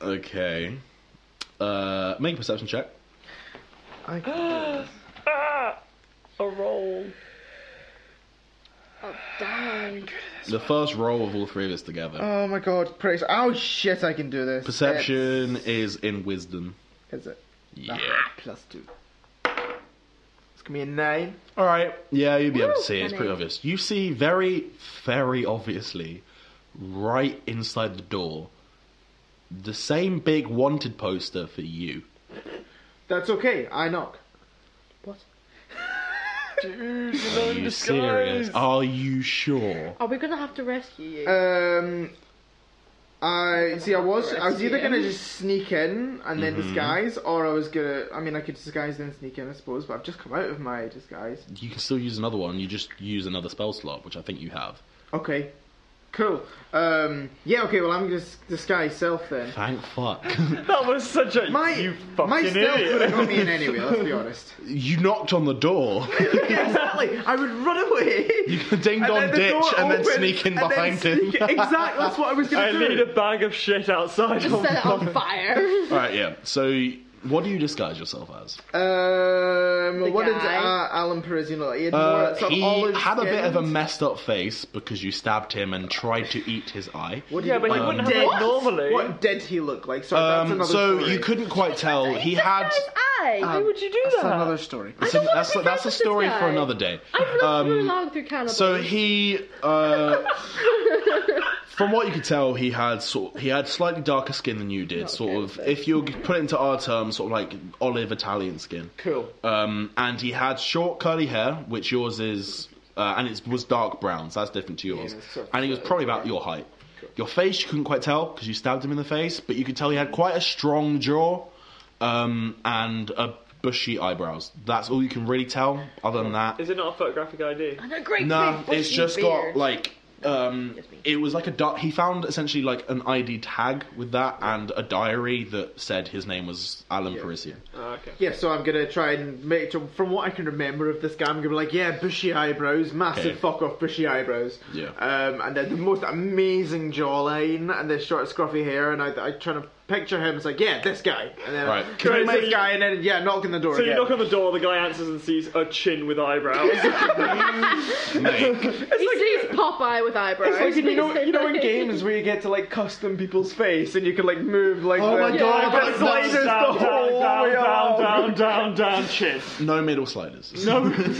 A: okay. Uh, make a perception check.
C: I can
A: [GASPS]
C: do this.
D: Ah, a roll.
B: Oh damn.
A: The first roll of all three of us together.
C: Oh my god, praise! Oh shit, I can do this.
A: Perception is in wisdom.
C: It's, is it?
A: Yeah.
C: Ah, plus two. It's gonna be a nine.
A: All right. Yeah, you'll be able to
B: Woo,
A: see. it. It's pretty
B: funny.
A: obvious. You see very, very obviously, right inside the door, the same big wanted poster for you.
C: That's okay. I knock.
B: What?
D: Dude, you're
A: Are
D: not in
A: you
D: disguise.
A: serious? Are you sure?
B: Are we gonna have to rescue you?
C: Um, I see. I was. I was either gonna
B: Rescue.
C: just sneak in and then
A: Mhm.
C: disguise, or I was gonna. I mean, I could disguise then sneak in, I suppose. But I've just come out of my disguise.
A: You can still use another one. You just use another spell slot, which I think you have.
C: Okay, cool. Um, yeah. Okay. Well, I'm gonna s- disguise self then.
A: Thank fuck.
D: That was such a
C: My
D: you
C: my
D: fucking
C: stealth would have
D: idiot.
C: got me in anyway. Let's be honest.
A: [LAUGHS] you knocked on the door. [LAUGHS]
C: Yeah, exactly. I would run away.
A: You can ding
C: And
A: dong
C: then the
A: ditch
C: door
A: and then
C: opens,
A: sneak in
C: and then
A: behind
C: sneak-
A: him.
C: Exactly, that's what I was
D: I
C: going to
D: need
C: do.
D: a bag of shit outside.
B: Just set it on fire.
A: [LAUGHS] All right. Yeah. So, what do you disguise yourself as?
C: Um,
B: The
C: what did
B: guy.
C: uh, Alan Parisian look like? He had, more,
A: Uh,
C: sort of
A: he
C: olive
A: had a bit of a
C: skins.
A: messed up face because you stabbed him and tried to eat his eye.
C: What did
D: yeah, but he
A: Um,
D: wouldn't have
C: dead.
D: that normally.
C: What did he look like? Sorry, that's
A: Um,
C: another
A: so
C: story.
A: you couldn't quite tell. He had.
B: Guys, I.
C: Um,
D: Why would you do
C: That's
D: that?
C: another story.
A: That's,
B: don't wanna
A: that's,
B: be
A: that's a
B: friends with
A: story
B: this
A: for
B: guy.
A: another day.
B: I've lived through
A: Um,
B: long through Canada.
A: So he, uh, from what you could tell, he had sort he had slightly darker skin than you did. sort of, if you put it into our terms, sort of like olive Italian skin.
C: Cool.
A: Um, and he had short curly hair, which yours is, uh, and it was dark brown, so that's different to yours.
C: Yeah, it's sort of
A: and he was probably about your height. Your face, you couldn't quite tell because you stabbed him in the face, but you could tell he had quite a strong jaw um, and a bushy eyebrows. That's all you can really tell. Other than that,
D: Is it not a photographic ID?
B: And a great
A: Nah,
B: big
A: it's
B: bushy
A: just
B: beard.
A: got like um
B: Just me.
A: it was like a di- he found essentially like an ID tag with that and a diary that said his name was Alan
C: Yeah.
A: Parisian.
D: Oh, okay.
C: Yeah, so I'm gonna try and make sure, from what I can remember of this guy, I'm gonna be like, yeah, bushy eyebrows, massive
A: Okay.
C: fuck off bushy eyebrows.
A: Yeah.
C: Um, and then the most amazing jawline and the short scruffy hair, and I, I try to picture him as like, yeah, this guy. And then
A: Right.
C: "Can I
D: Right, so
C: make
D: you-
C: this guy, and then yeah, knock on the door
D: So you
C: again.
D: knock on the door, the guy answers and sees a chin
C: [LAUGHS]
D: with eyebrows.
A: Mate,
B: He sees Popeye with eyebrows.
C: It's like you know,
B: [LAUGHS]
C: you know, in games where you get to like custom people's face and you can like move like.
A: Oh
C: the-
A: my God,
C: the
A: that's-
C: sliders
A: that's-
C: the
D: down, down,
C: whole
D: down,
C: way
D: down,
C: up.
D: down, down, down, chin.
A: no middle sliders.
D: No.
C: [LAUGHS]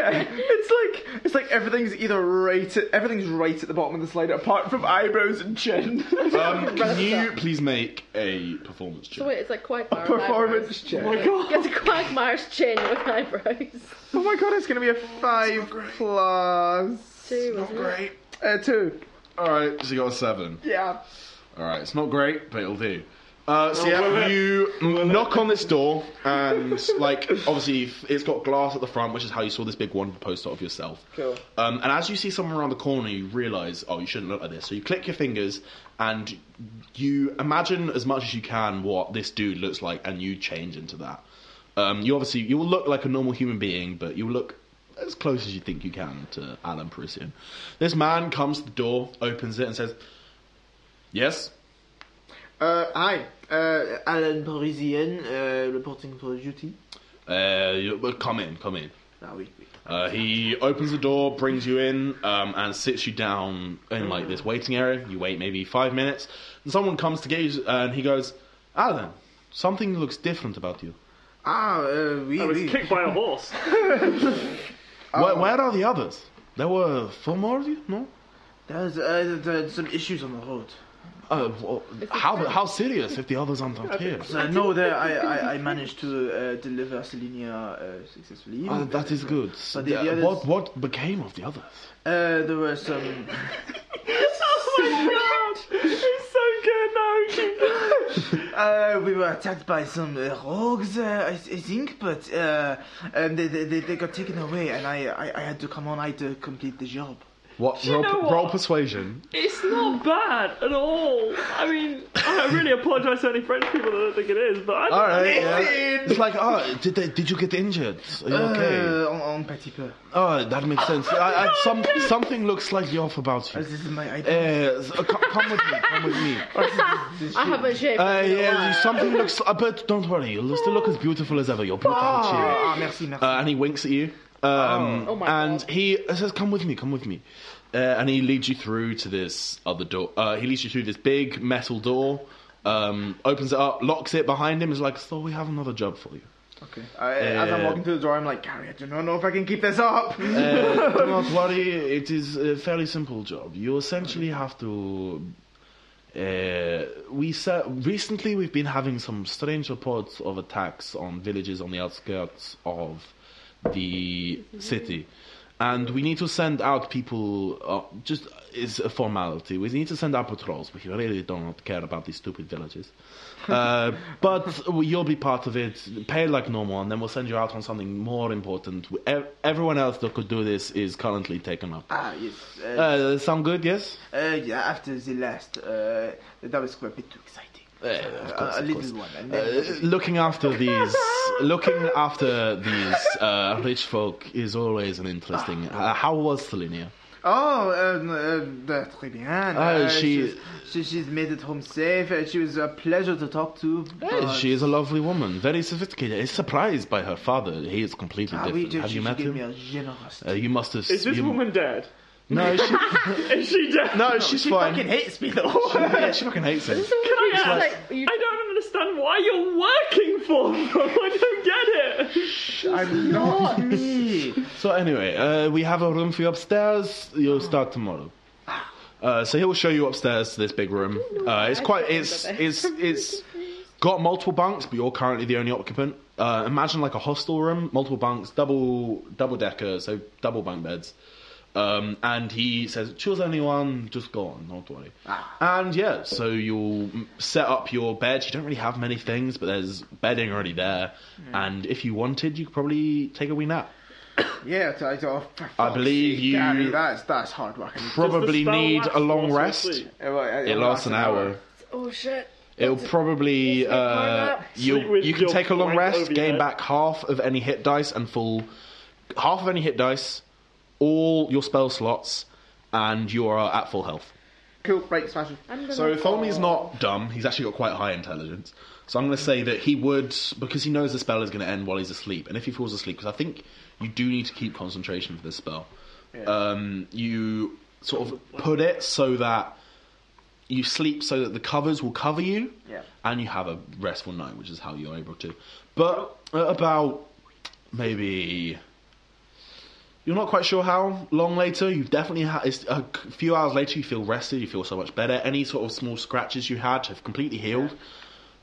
C: Yeah, it's like it's like everything's either right, at, everything's right at the bottom of the slider apart from eyebrows and chin. [LAUGHS]
A: Um, can you please make a performance check?
B: So wait, it's like Quagmire. with eyebrows.
C: Performance check.
D: Oh my god.
B: It's Quagmire's chin with eyebrows.
C: Oh my god, it's gonna be a five plus
B: Two, wasn't it?
C: uh, two.
A: All right, so you got a seven.
C: Yeah.
A: All right, it's not great, but it'll do. Uh, so yeah,
D: will it?
A: you knock on this door, and like obviously f- it's got glass at the front, which is how you saw this big one poster of yourself.
C: Cool.
A: Um, and as you see someone around the corner, you realise, oh, you shouldn't look like this. So you click your fingers, and you imagine as much as you can what this dude looks like, and you change into that. Um, you obviously you will look like a normal human being, but you will look as close as you think you can to Alan Parisian. This man comes to the door, opens it, and says, "Yes."
C: Uh, hi, uh, Alan Parisien, uh, reporting for duty.
A: Uh, you- well, come in, come in.
C: Ah oui, oui.
A: Uh, he opens the door, brings you in, um, and sits you down in like this waiting area. You wait maybe five minutes, and someone comes to get you, and he goes, "Alan, something looks different about you.
C: Ah, uh, oui,
D: I was
C: oui.
D: kicked by a horse.
A: Where, where are the others? There were four more of you, no?
C: There's, uh, there's some issues on the road.
A: Uh, well, how how serious if the others aren't [LAUGHS] up here?
C: So, no, there, I, I, I managed to uh, deliver Selenia uh, successfully.
A: Uh, that is good.
C: But the- the
A: Uh,
C: others-
A: What what became of the others?
C: Uh, there were
D: [LAUGHS]
C: some. [LAUGHS]
D: oh my god! It's so good now.
C: Uh, we were attacked by some uh, rogues, uh, I, I think, but uh, um, they, they, they- they got taken away, and I, I, I had to come on I to complete the job.
A: What
D: you
A: roll,
D: know what?
A: roll persuasion?
D: It's not bad at all. I mean, I really apologise to any French people that don't think it is, but I don't
A: All right,
D: think
A: yeah.
D: it is.
A: it's like, oh, did they, did you get injured? Are you okay?
C: Uh, on, on petit peu.
A: Oh, that makes sense. I, I, some, something looks slightly off about you.
C: This is my
A: Uh,
C: idea.
A: s- uh, come, come with me. Come with
D: [LAUGHS]
A: me.
B: I haven't shaved.
A: Uh,
B: in a
A: yeah,
B: while.
A: you- something looks. Uh, but don't worry, you'll still look as beautiful as ever. You're beautiful.
D: Oh,
A: child.
C: ah, merci, merci.
A: Uh, and he winks at you. Um,
B: Oh. Oh my
A: and
B: God.
A: he says, "Come with me. Come with me." Uh, and he leads you through to this other door. Uh, he leads you through this big metal door. Um, opens it up, locks it behind him. Is like, so we have another job for you.
C: okay. I, as I'm
A: uh,
C: walking through the door, I'm like, Gary, I do not know if I can keep
A: [LAUGHS]
C: this up.
A: Uh, do not worry, it is a fairly simple job. You essentially have to. Uh, we se- recently we've been having some strange reports of attacks on villages on the outskirts of the city, and we need to send out people. Uh, just is a formality. We need to send out patrols. We really do not care about these stupid villages, uh, but you'll be part of it. Pay like normal, and then we'll send you out on something more important. Ev- everyone else that could do this is currently taken up.
C: ah, yes. Uh,
A: Uh, sound good? Yes.
C: uh, yeah, after the last, uh, that was quite a bit too exciting.
A: Uh, of
C: A-
A: course,
C: a
A: of
C: little
A: course.
C: one. And
A: Uh,
C: then
A: looking
C: [LAUGHS]
A: after these, looking after these uh, rich folk is always an interesting. Uh, how was Selenia?
C: Oh, um, um, uh, très bien.
A: Ah,
C: Uh,
A: she-
C: she's, she, she's made it home safe. Uh, she was a pleasure to talk to. but-
A: She is a lovely woman, very sophisticated. Is surprised by her father. He is completely
C: Ah,
A: different.
C: oui, she,
A: have you
C: she
A: met
C: gave
A: him?
C: me a generous.
A: Uh, you must have.
D: Is this
A: you-
D: woman dead?
A: No, she,
D: Is she dead?
A: no, she's
C: she
A: fine.
C: fucking hates me though.
A: [LAUGHS] yeah, she fucking hates him.
B: Can
D: I
B: just
D: ask-
B: like you
D: I don't understand why you're working for them. [LAUGHS] I don't get it.
C: I'm not me.
A: So anyway, uh, we have a room for you upstairs. You'll start tomorrow. Uh, so he'll show you upstairs to this big room. Uh, it's
B: I
A: quite.
B: don't
A: It's
B: remember [LAUGHS]
A: it's it's got multiple bunks, but you're currently the only occupant. Uh, imagine like a hostel room, multiple bunks, double double decker, so double bunk beds. Um, and he says, choose anyone, just go on, don't worry.
B: Ah.
A: And yeah, so you'll mm, set up your bed. You don't really have many things, but there's bedding already there.
B: Hmm.
A: And if you wanted, you could probably take a wee nap.
C: Yeah, so I, oh, for fuck's
A: believe
C: sake,
A: you-
C: Gary, that's that's hard work.
D: Does the
A: Probably
D: spell
A: need
D: last
A: a long
D: whilst we're
A: rest.
D: asleep?
C: It, wa- it
A: It lasts an hour.
B: Oh shit.
A: It'll probably
B: Sleep on
A: uh,
B: that.
D: Sleep
A: you
D: with
A: you can
D: your
A: take a long
D: blanket
A: rest,
D: over your
A: gain
D: head.
A: back half of any hit dice and full half of any hit dice, all your spell slots, and you are at full health.
C: Cool, right, smash it.
B: I'm gonna
A: So Tholny's
B: go.
A: not dumb. He's actually got quite high intelligence. So I'm going to say that he would, because he knows the spell is going to end while he's asleep, and if he falls asleep, because I think you do need to keep concentration for this spell. Um, you sort of put it so that you sleep so that the covers will cover you,
C: Yeah.
A: and you have a restful night, which is how you're able to. But at about maybe you're not quite sure how long later. You've definitely had it's a c- few hours later. You feel rested. You feel so much better. Any sort of small scratches you had have completely healed,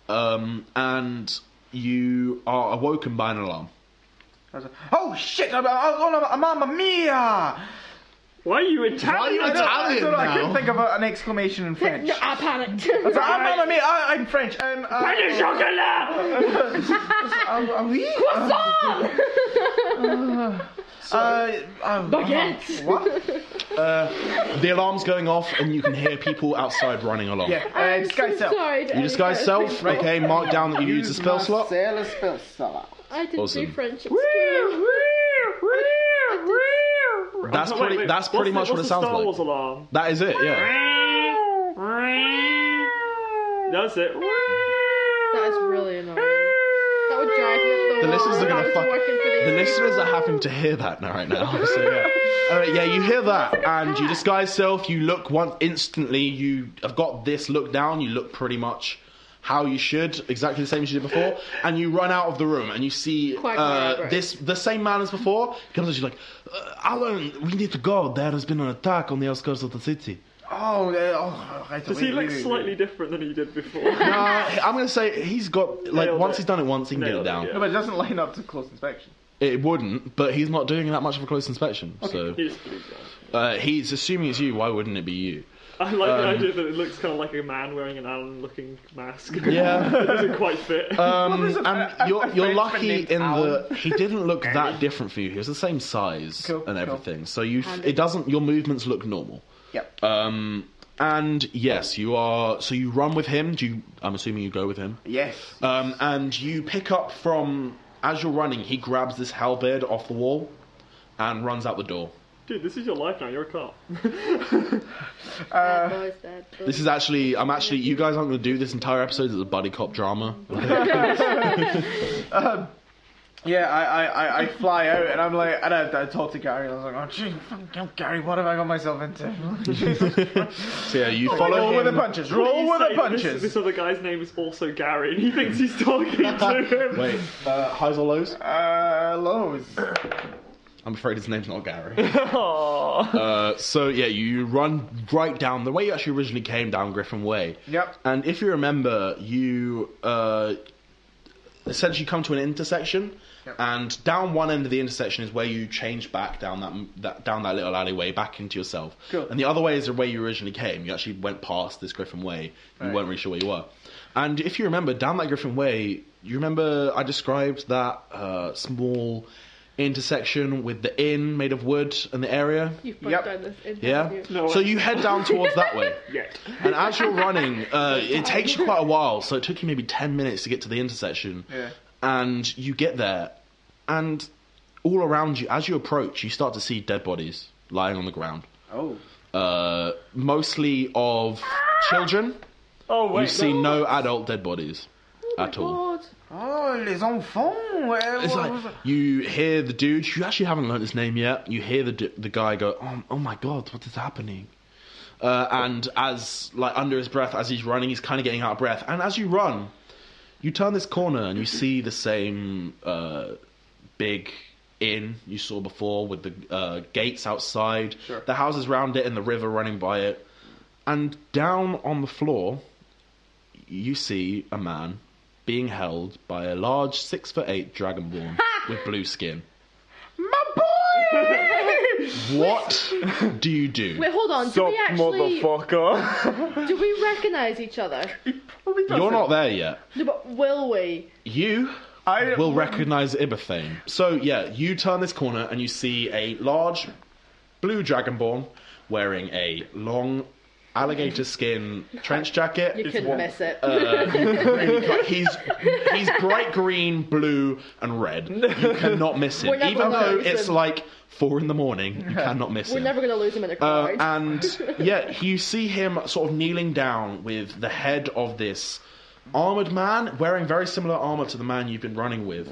A: um, and you are awoken by an alarm.
C: I was like, oh shit! I'm, oh, no, I'm, Mamma Mia!
D: Why are you Italian?
A: Why are you
C: I don't- I,
A: Italian
C: don't know, I couldn't
A: now?
C: think of a- an exclamation in French.
B: No, I panicked.
C: I was like, oh, Mamma Mia! I, I'm French. Um, uh,
D: Pain
C: [LAUGHS]
D: au chocolat!
C: uh, uh, oui? Uh, [LAUGHS] uh, uh,
B: Baguette.
C: What?
A: The alarm's going off, and you can hear people outside running along.
C: Yeah, uh, disguise self.
B: Sorry.
A: You disguise self,
C: Right.
A: okay? Mark down that you used a spell
C: must
A: slot.
C: Sell a spell slot.
B: I did
A: Awesome.
B: do friendship.
A: That's
D: Wait,
A: pretty.
D: [LAUGHS] wait,
A: That's
D: what's
A: pretty
D: the-
A: much what it
D: what's the
A: sounds
D: Star Wars
A: like.
D: alarm.
A: That is it. Yeah.
D: That's it.
B: That is really annoying. That would drive me
A: The
B: up wall.
A: listeners are
B: That
A: gonna
B: was
A: fuck.
B: working for
A: The
B: these
A: listeners are having to hear that now, right now. So yeah. All right, yeah, you hear that, and you disguise self. You look once instantly. You have got this look down. You look pretty much how you should, exactly the same as you did before, and you run out of the room, and you see
B: Quite
A: uh,
B: elaborate.
A: this the same man as before. He comes and you like, uh, Alan, we need to go. There has been an attack on the outskirts of the city.
C: Oh, uh, oh, right.
D: Does
C: wait,
D: he look
C: wait, wait,
D: slightly different than he did before?
A: Uh, I'm gonna say he's got like
D: Nailed
A: once
D: it.
A: he's done it once, he can
D: Nailed
A: get it
D: it,
A: down.
D: yeah.
C: No, but it doesn't line up to close inspection.
A: It wouldn't, but he's not doing that much of a close inspection.
D: He just believes that.
A: So uh, he's assuming it's you. Why wouldn't it be you?
D: I like the idea that it looks kind of like a man wearing an Alan-looking mask.
A: Yeah.
D: [LAUGHS] it doesn't quite fit.
A: Um,
C: there's a-
A: and
C: a- a
A: you're, you're
C: Frenchman
A: lucky
C: named
A: in
C: Alan.
A: that he didn't look that different for you. He was the same size
C: Cool,
A: and
C: cool.
A: everything. So you, f-
B: Handy.
A: it doesn't. Your movements look normal.
C: Yep.
A: Um, and yes, you are. So you run with him. Do you? I'm assuming you go with him.
C: yes.
A: Um, and you pick up from as you're running. He grabs this halberd off the wall, and runs out the door.
D: Dude, this is your life now. You're a cop.
B: Bad boys, bad boys.
A: This is actually, I'm actually, you guys aren't going to do this entire episode as a buddy cop
C: [LAUGHS]
A: drama. [LAUGHS]
C: Yeah, I, I, I, I fly out and I'm like, and I, I talk to Gary and I was like, oh, gee, fucking hell, Gary, what have I got myself into?
A: So yeah, you follow
C: Roll with the
A: him.
C: punches. Roll
D: You
C: with
D: say
C: the
D: that This, this
C: punches.
D: other guy's name is also Gary, and he thinks he's talking to him.
A: Wait, uh, highs or lows?
C: Uh, lows.
A: I'm afraid his name's not Gary.
D: Aww.
A: Uh, so yeah, you run right down the way you actually originally came down Griffin Way.
C: Yep.
A: And if you remember, you uh, essentially come to an intersection,
C: Yep.
A: and down one end of the intersection is where you change back down that, that down that little alleyway back into yourself.
C: Cool.
A: And the other way is the way you originally came. You actually went past this Griffin Way. You
C: Right.
A: weren't really sure where you were. And if you remember, down that Griffin Way, you remember I described that uh, small intersection with the inn made of wood and the area.
B: You've broke
C: Yep.
B: down this interview.
A: Yeah.
D: No
A: so
D: way.
A: you head
D: [LAUGHS]
A: down towards that way.
D: Yet.
A: And as you're running, uh, it takes you quite a while. So it took you maybe 10 minutes to get to the intersection.
C: Yeah.
A: And you get there. And all around you, as you approach, you start to see dead bodies lying on the ground.
C: Oh.
A: Uh, mostly of children.
D: Oh wait.
A: You see
D: no.
A: no adult dead bodies at all.
B: God.
C: Oh, les enfants. eh,
A: It's
C: what
A: like
C: was it?
A: you hear the dude. You actually haven't learned his name yet. You hear the du- the guy go, "Oh, oh my god, what is happening?" Uh, and as like under his breath, as he's running, he's kind of getting out of breath. And as you run, you turn this corner and you see the same uh, big inn you saw before with the uh, gates outside,
C: Sure.
A: the houses round it, and the river running by it. And down on the floor, you see a man being held by a large six foot eight dragonborn with blue skin.
C: my boy.
A: [LAUGHS] What do you do?
B: Wait, hold on. Do
F: Sup,
B: we actually [LAUGHS]
F: motherfucker.
B: do we recognise each other?
A: You're not there yet.
B: No, but will we?
A: You
C: I
A: will recognize Ibethane. So, yeah, you turn this corner and you see a large blue dragonborn wearing a long alligator skin trench jacket.
B: You couldn't
F: one-
B: miss it.
A: uh, Really cut- he's he's bright green, blue, and red. You cannot miss him,
B: We're never
A: even though
B: gonna lose
A: it's
B: him.
A: like four in the morning. You cannot miss
B: We're
A: him.
B: never gonna lose him in a
A: Uh,
B: [LAUGHS] crowd.
A: and yeah, you see him sort of kneeling down with the head of this armored man wearing very similar armor to the man you've been running with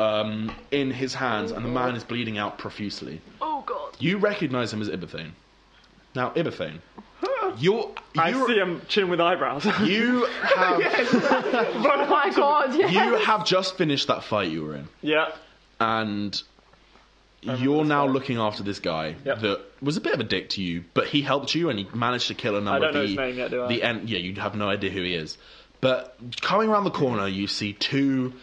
A: um, in his hands, and the man is bleeding out profusely.
B: oh god.
A: You recognize him as Ibethane. Now, Ibethane, you're,
F: I
A: you're-
F: see him chin
D: [LAUGHS]
F: with eyebrows.
B: [LAUGHS]
A: you have
B: Oh my god. Yes.
A: you have just finished that fight you were in,
F: yeah.
A: and you're now looking after this guy
F: Yep.
A: that was a bit of a dick to you, but he helped you and he managed to kill a number
F: I don't
A: of
F: know
A: the
F: his name yet, do I?
A: the end. Yeah, you have no idea who he is. But coming around the corner, you see two,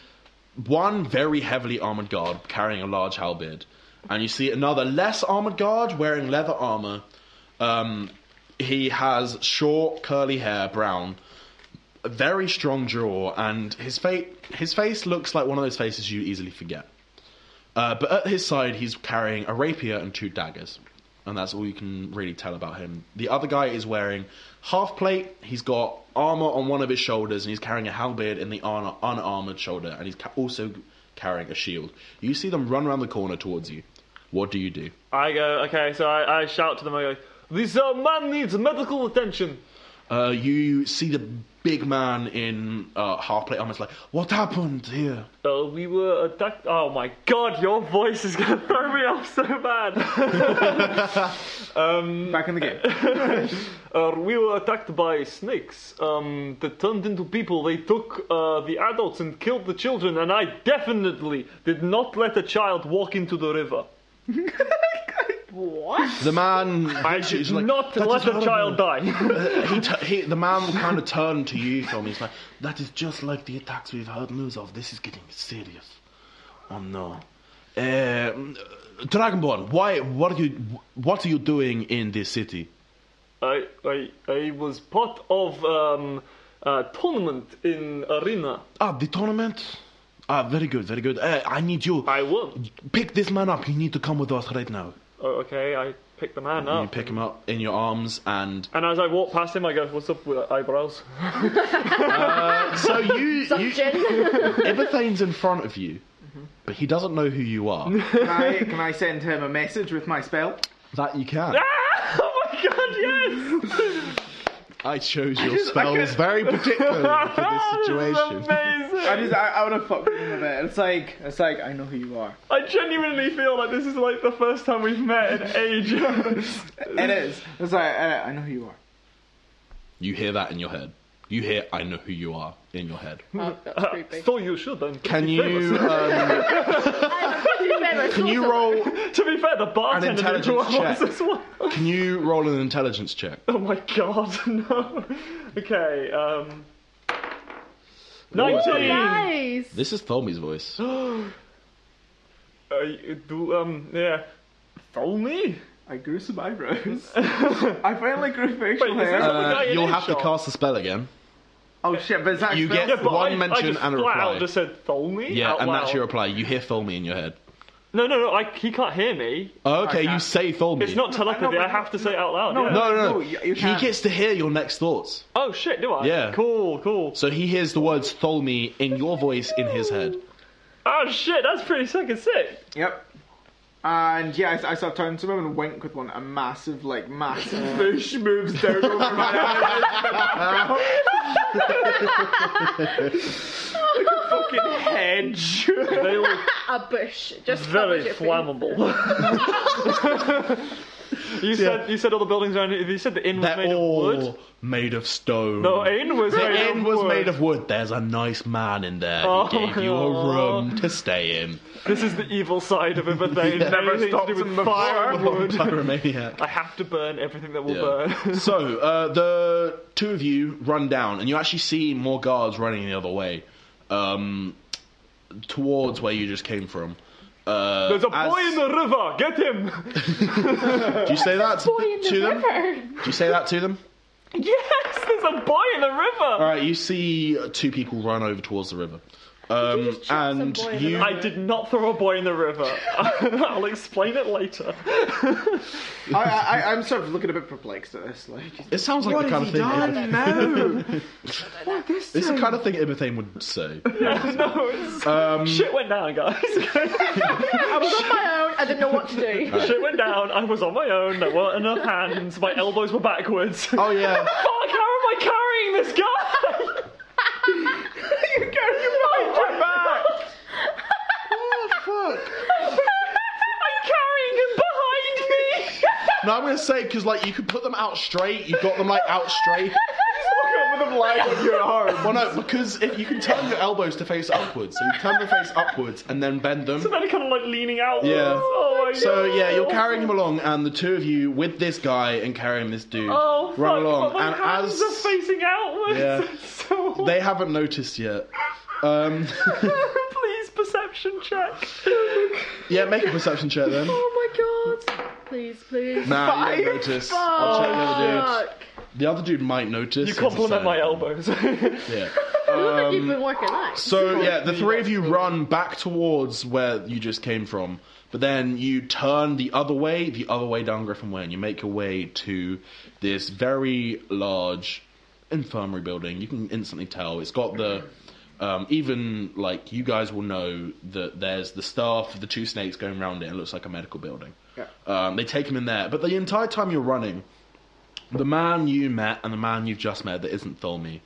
A: one very heavily armored guard carrying a large halberd, and you see another less armored guard wearing leather armor. Um, he has short, curly hair, brown, a very strong jaw, and his face his face looks like one of those faces you easily forget. Uh, but at his side, he's carrying a rapier and two daggers, and that's all you can really tell about him. The other guy is wearing half plate. He's got armor on one of his shoulders, and he's carrying a halberd in the un- unarmored shoulder, and he's ca- also carrying a shield. You see them run around the corner towards you. What do you do?
F: I go, okay, so I, I shout to them, I go, this uh, man needs medical attention.
A: Uh, you see the big man in uh, half plate armor. It's like, what happened here?
F: Uh, we were attacked. Oh my god, your voice is gonna [LAUGHS] throw me off so bad.
C: back in the game.
F: uh, we were attacked by snakes um, that turned into people. They took uh, the adults and killed the children, and I definitely did not let a child walk into the river.
B: What?
A: The man.
F: I
A: [LAUGHS] he's
F: did
A: like,
F: not
A: "That
F: let
A: is
F: a
A: horrible."
F: child die.
A: [LAUGHS] he, t- he, the man kind of turned to you, Tom. He's like, "That is just like the attacks we've heard news of. This is getting serious." Oh no, Um, Dragonborn, why? What are you? What are you doing in this city?
F: I, I, I was part of um, a tournament in arena.
A: Ah, the tournament. Ah, very good, very good. Uh, I need you.
F: I won.
A: Pick this man up. You need to come with us right now.
F: Oh, okay, I picked the man
A: You
F: up.
A: pick him up in your arms, and
F: And as I walk past him, I go, "What's up with eyebrows?" [LAUGHS]
A: so you, you [LAUGHS]
B: Jin?
A: Ibethane's in front of you, but he doesn't know who you are.
C: Can I, can I send him a message with my spell?
A: that you can.
F: oh my god, yes!
A: I chose your
C: just- I
A: spells
C: could-
A: very particularly for this
F: [LAUGHS] This is
A: situation.
F: amazing.
C: I just I, I would have fucked with him a bit. It's like it's like I know who you are.
F: I genuinely feel like this is like the first time we've met in [LAUGHS] ages.
C: It is. It's like I, I know who you are.
A: You hear that in your head. You hear "I know who you are" in your head.
B: oh, that's creepy.
F: so you should. I'm pretty
A: Can
F: [LAUGHS] famous.
A: you um, can you roll
F: to be fair, the bartender didn't know
A: intelligence
F: I was
A: check.
F: as well.
A: can you roll an intelligence check?
F: Oh my god, [LAUGHS] no. Okay, um,
A: Oh,
F: nineteen.
B: Nice.
A: This is Tholme's
F: [GASPS]
A: voice.
F: Uh, you do um yeah. Phone me?
C: I grew some eyebrows. I finally grew facial
F: Wait, is
C: hair.
F: this-
A: Uh,
F: guy in
A: you'll
F: it
A: have to
F: shot.
A: cast the spell again.
C: oh shit! But is that
A: You
C: spell?
A: get-
F: But
A: One
F: I,
A: mention
F: I just
A: and a
F: flat
A: reply.
F: out just said phone me.
A: Yeah,
F: out
A: and that's
F: loud.
A: your reply. You hear Tholme in your head.
F: No, no, no. I, he can't hear me.
A: Okay,
C: Okay.
A: you say Tholme.
F: It's not
C: I know,
F: telepathy.
C: but
F: I have to say it out loud. yeah.
A: No, no, no.
C: No, you- you
A: he
C: can't.
A: gets to hear your next thoughts.
F: Oh shit, do I?
A: Yeah.
F: Cool, cool.
A: So he hears the words Tholme in your voice in his head.
F: Oh shit, that's pretty fucking sick.
C: Yep. And yeah, I, I sort of turned to him and winked with one a massive, like massive bush moves down over my eyes. like a fucking [LAUGHS] hedge.
F: They look
B: A bush. Just
F: very
B: covers your face.
F: flammable. you said you said all the buildings around it. You said the inn was
A: They're
F: made
A: all
F: of wood.
A: made of stone.
F: No, inn was
A: The
F: made
A: inn
F: of
A: was
F: wood.
A: made of wood. There's a nice man in there.
F: Oh,
A: he gave you a
F: aw.
A: room to stay in.
F: This is the evil side
A: [LAUGHS]
F: of everything.
C: Never
F: Anything
C: stopped
F: to do
C: him
F: with
C: before.
F: fire and wood.
A: Pyromaniac.
F: I have to burn everything that
A: [LAUGHS]
F: will
A: Yeah. [LAUGHS]
F: burn.
A: so uh, the two of you run down, and you actually see more guards running the other way, um, towards where you just came from. Uh,
D: There's a
A: as-
D: boy in the river. Get him.
A: Do you say that
B: Boy in the
A: to them?
B: river.
A: Do you say that to them?
D: [LAUGHS] yes, there's a boy in the river.
A: All right, you see two people run over towards the river, um,
B: just chuck some
A: and
B: boy in the
A: you
D: I did not throw a boy in the river. [LAUGHS] I'll explain it later.
C: I, I, I- I'm sort of looking a bit perplexed at this. Like,
A: It sounds like
C: what
A: the
C: has
A: kind
C: he
A: of thing.
C: done
A: [LAUGHS]
C: now? what this?
A: It's the
C: time?
A: kind of thing Ibethane would say.
D: no, it's,
A: Um,
D: shit went down, guys. [LAUGHS]
B: I was on my own. I didn't know what to do.
D: shit went down. I was on my own. There weren't enough hands. My elbows were backwards.
A: oh yeah,
D: Fuck, how am I carrying this guy? you carry your
A: [LAUGHS]
D: mind back.
A: fuck.
D: I'm carrying him behind me.
A: No, I'm gonna say because like you could put them out straight. You got them like out
D: [LAUGHS]
A: straight.
C: Look up with a light on your arm.
A: Well, no, because if you can turn your elbows to face upwards, so you turn the face upwards and then bend them.
D: And then kind of like leaning outwards.
A: Yeah.
D: Oh my
A: So
D: god.
A: yeah, you're carrying him along, and the two of you with this guy and carrying this dude
D: Oh, fuck.
A: run along,
D: my
A: and
D: hands
A: as
D: are facing outwards.
A: Yeah.
D: It's [LAUGHS] so
A: they haven't noticed yet. Um, [LAUGHS]
D: Please, perception check.
A: yeah, make a perception check then.
B: Oh my god. Please, please.
A: Nah, you
C: Five?
A: don't notice. I'll check the other dude.
B: Fuck.
A: The other dude might notice.
D: You
A: It's a
D: compliment
A: silent
D: my
A: thing.
D: elbows. [LAUGHS]
A: Yeah.
B: Who have
A: Um,
B: you been working like?
A: So yeah, the three of you run back towards where you just came from, but then you turn the other way, the other way down Griffin Way, and you make your way to this very large infirmary building. You can instantly tell it's got the um, even like you guys will know that there's the staff, the two snakes going around it. It looks like a medical building.
C: Yeah.
A: Um, they take him in there, but the entire time you're running, the man you met and the man you've just met that isn't Tholme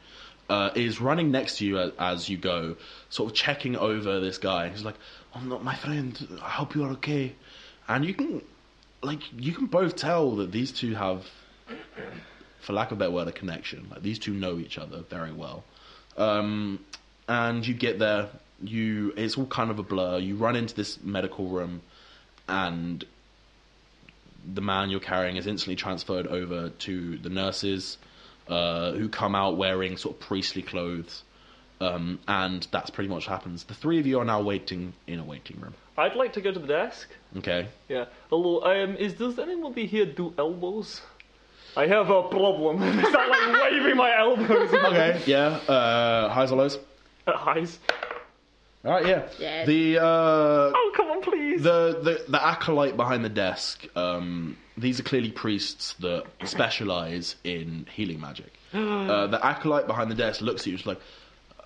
A: uh, is running next to you as, as you go, sort of checking over this guy. He's like, "I'm not my friend. I hope you are okay." And you can, like, you can both tell that these two have, for lack of a better word, a connection. Like these two know each other very well. Um, and you get there, you it's all kind of a blur. You run into this medical room, and the man you're carrying is instantly transferred over to the nurses, uh, who come out wearing sort of priestly clothes, um, and that's pretty much what happens. The three of you are now waiting in a waiting room.
D: I'd like to go to the desk.
A: Okay,
D: Yeah. Hello. Um, is does anybody here do elbows? I have a problem. [LAUGHS] is that like waving my elbows?
A: okay, yeah. Uh, highs or lows?
D: At Uh, highs.
A: All right, yeah.
B: Yeah.
A: The uh,
D: Oh come on, please.
A: the, the the acolyte behind the desk. Um, these are clearly priests that specialize in healing
D: [GASPS]
A: magic. Uh, the acolyte behind the desk looks at you, is like,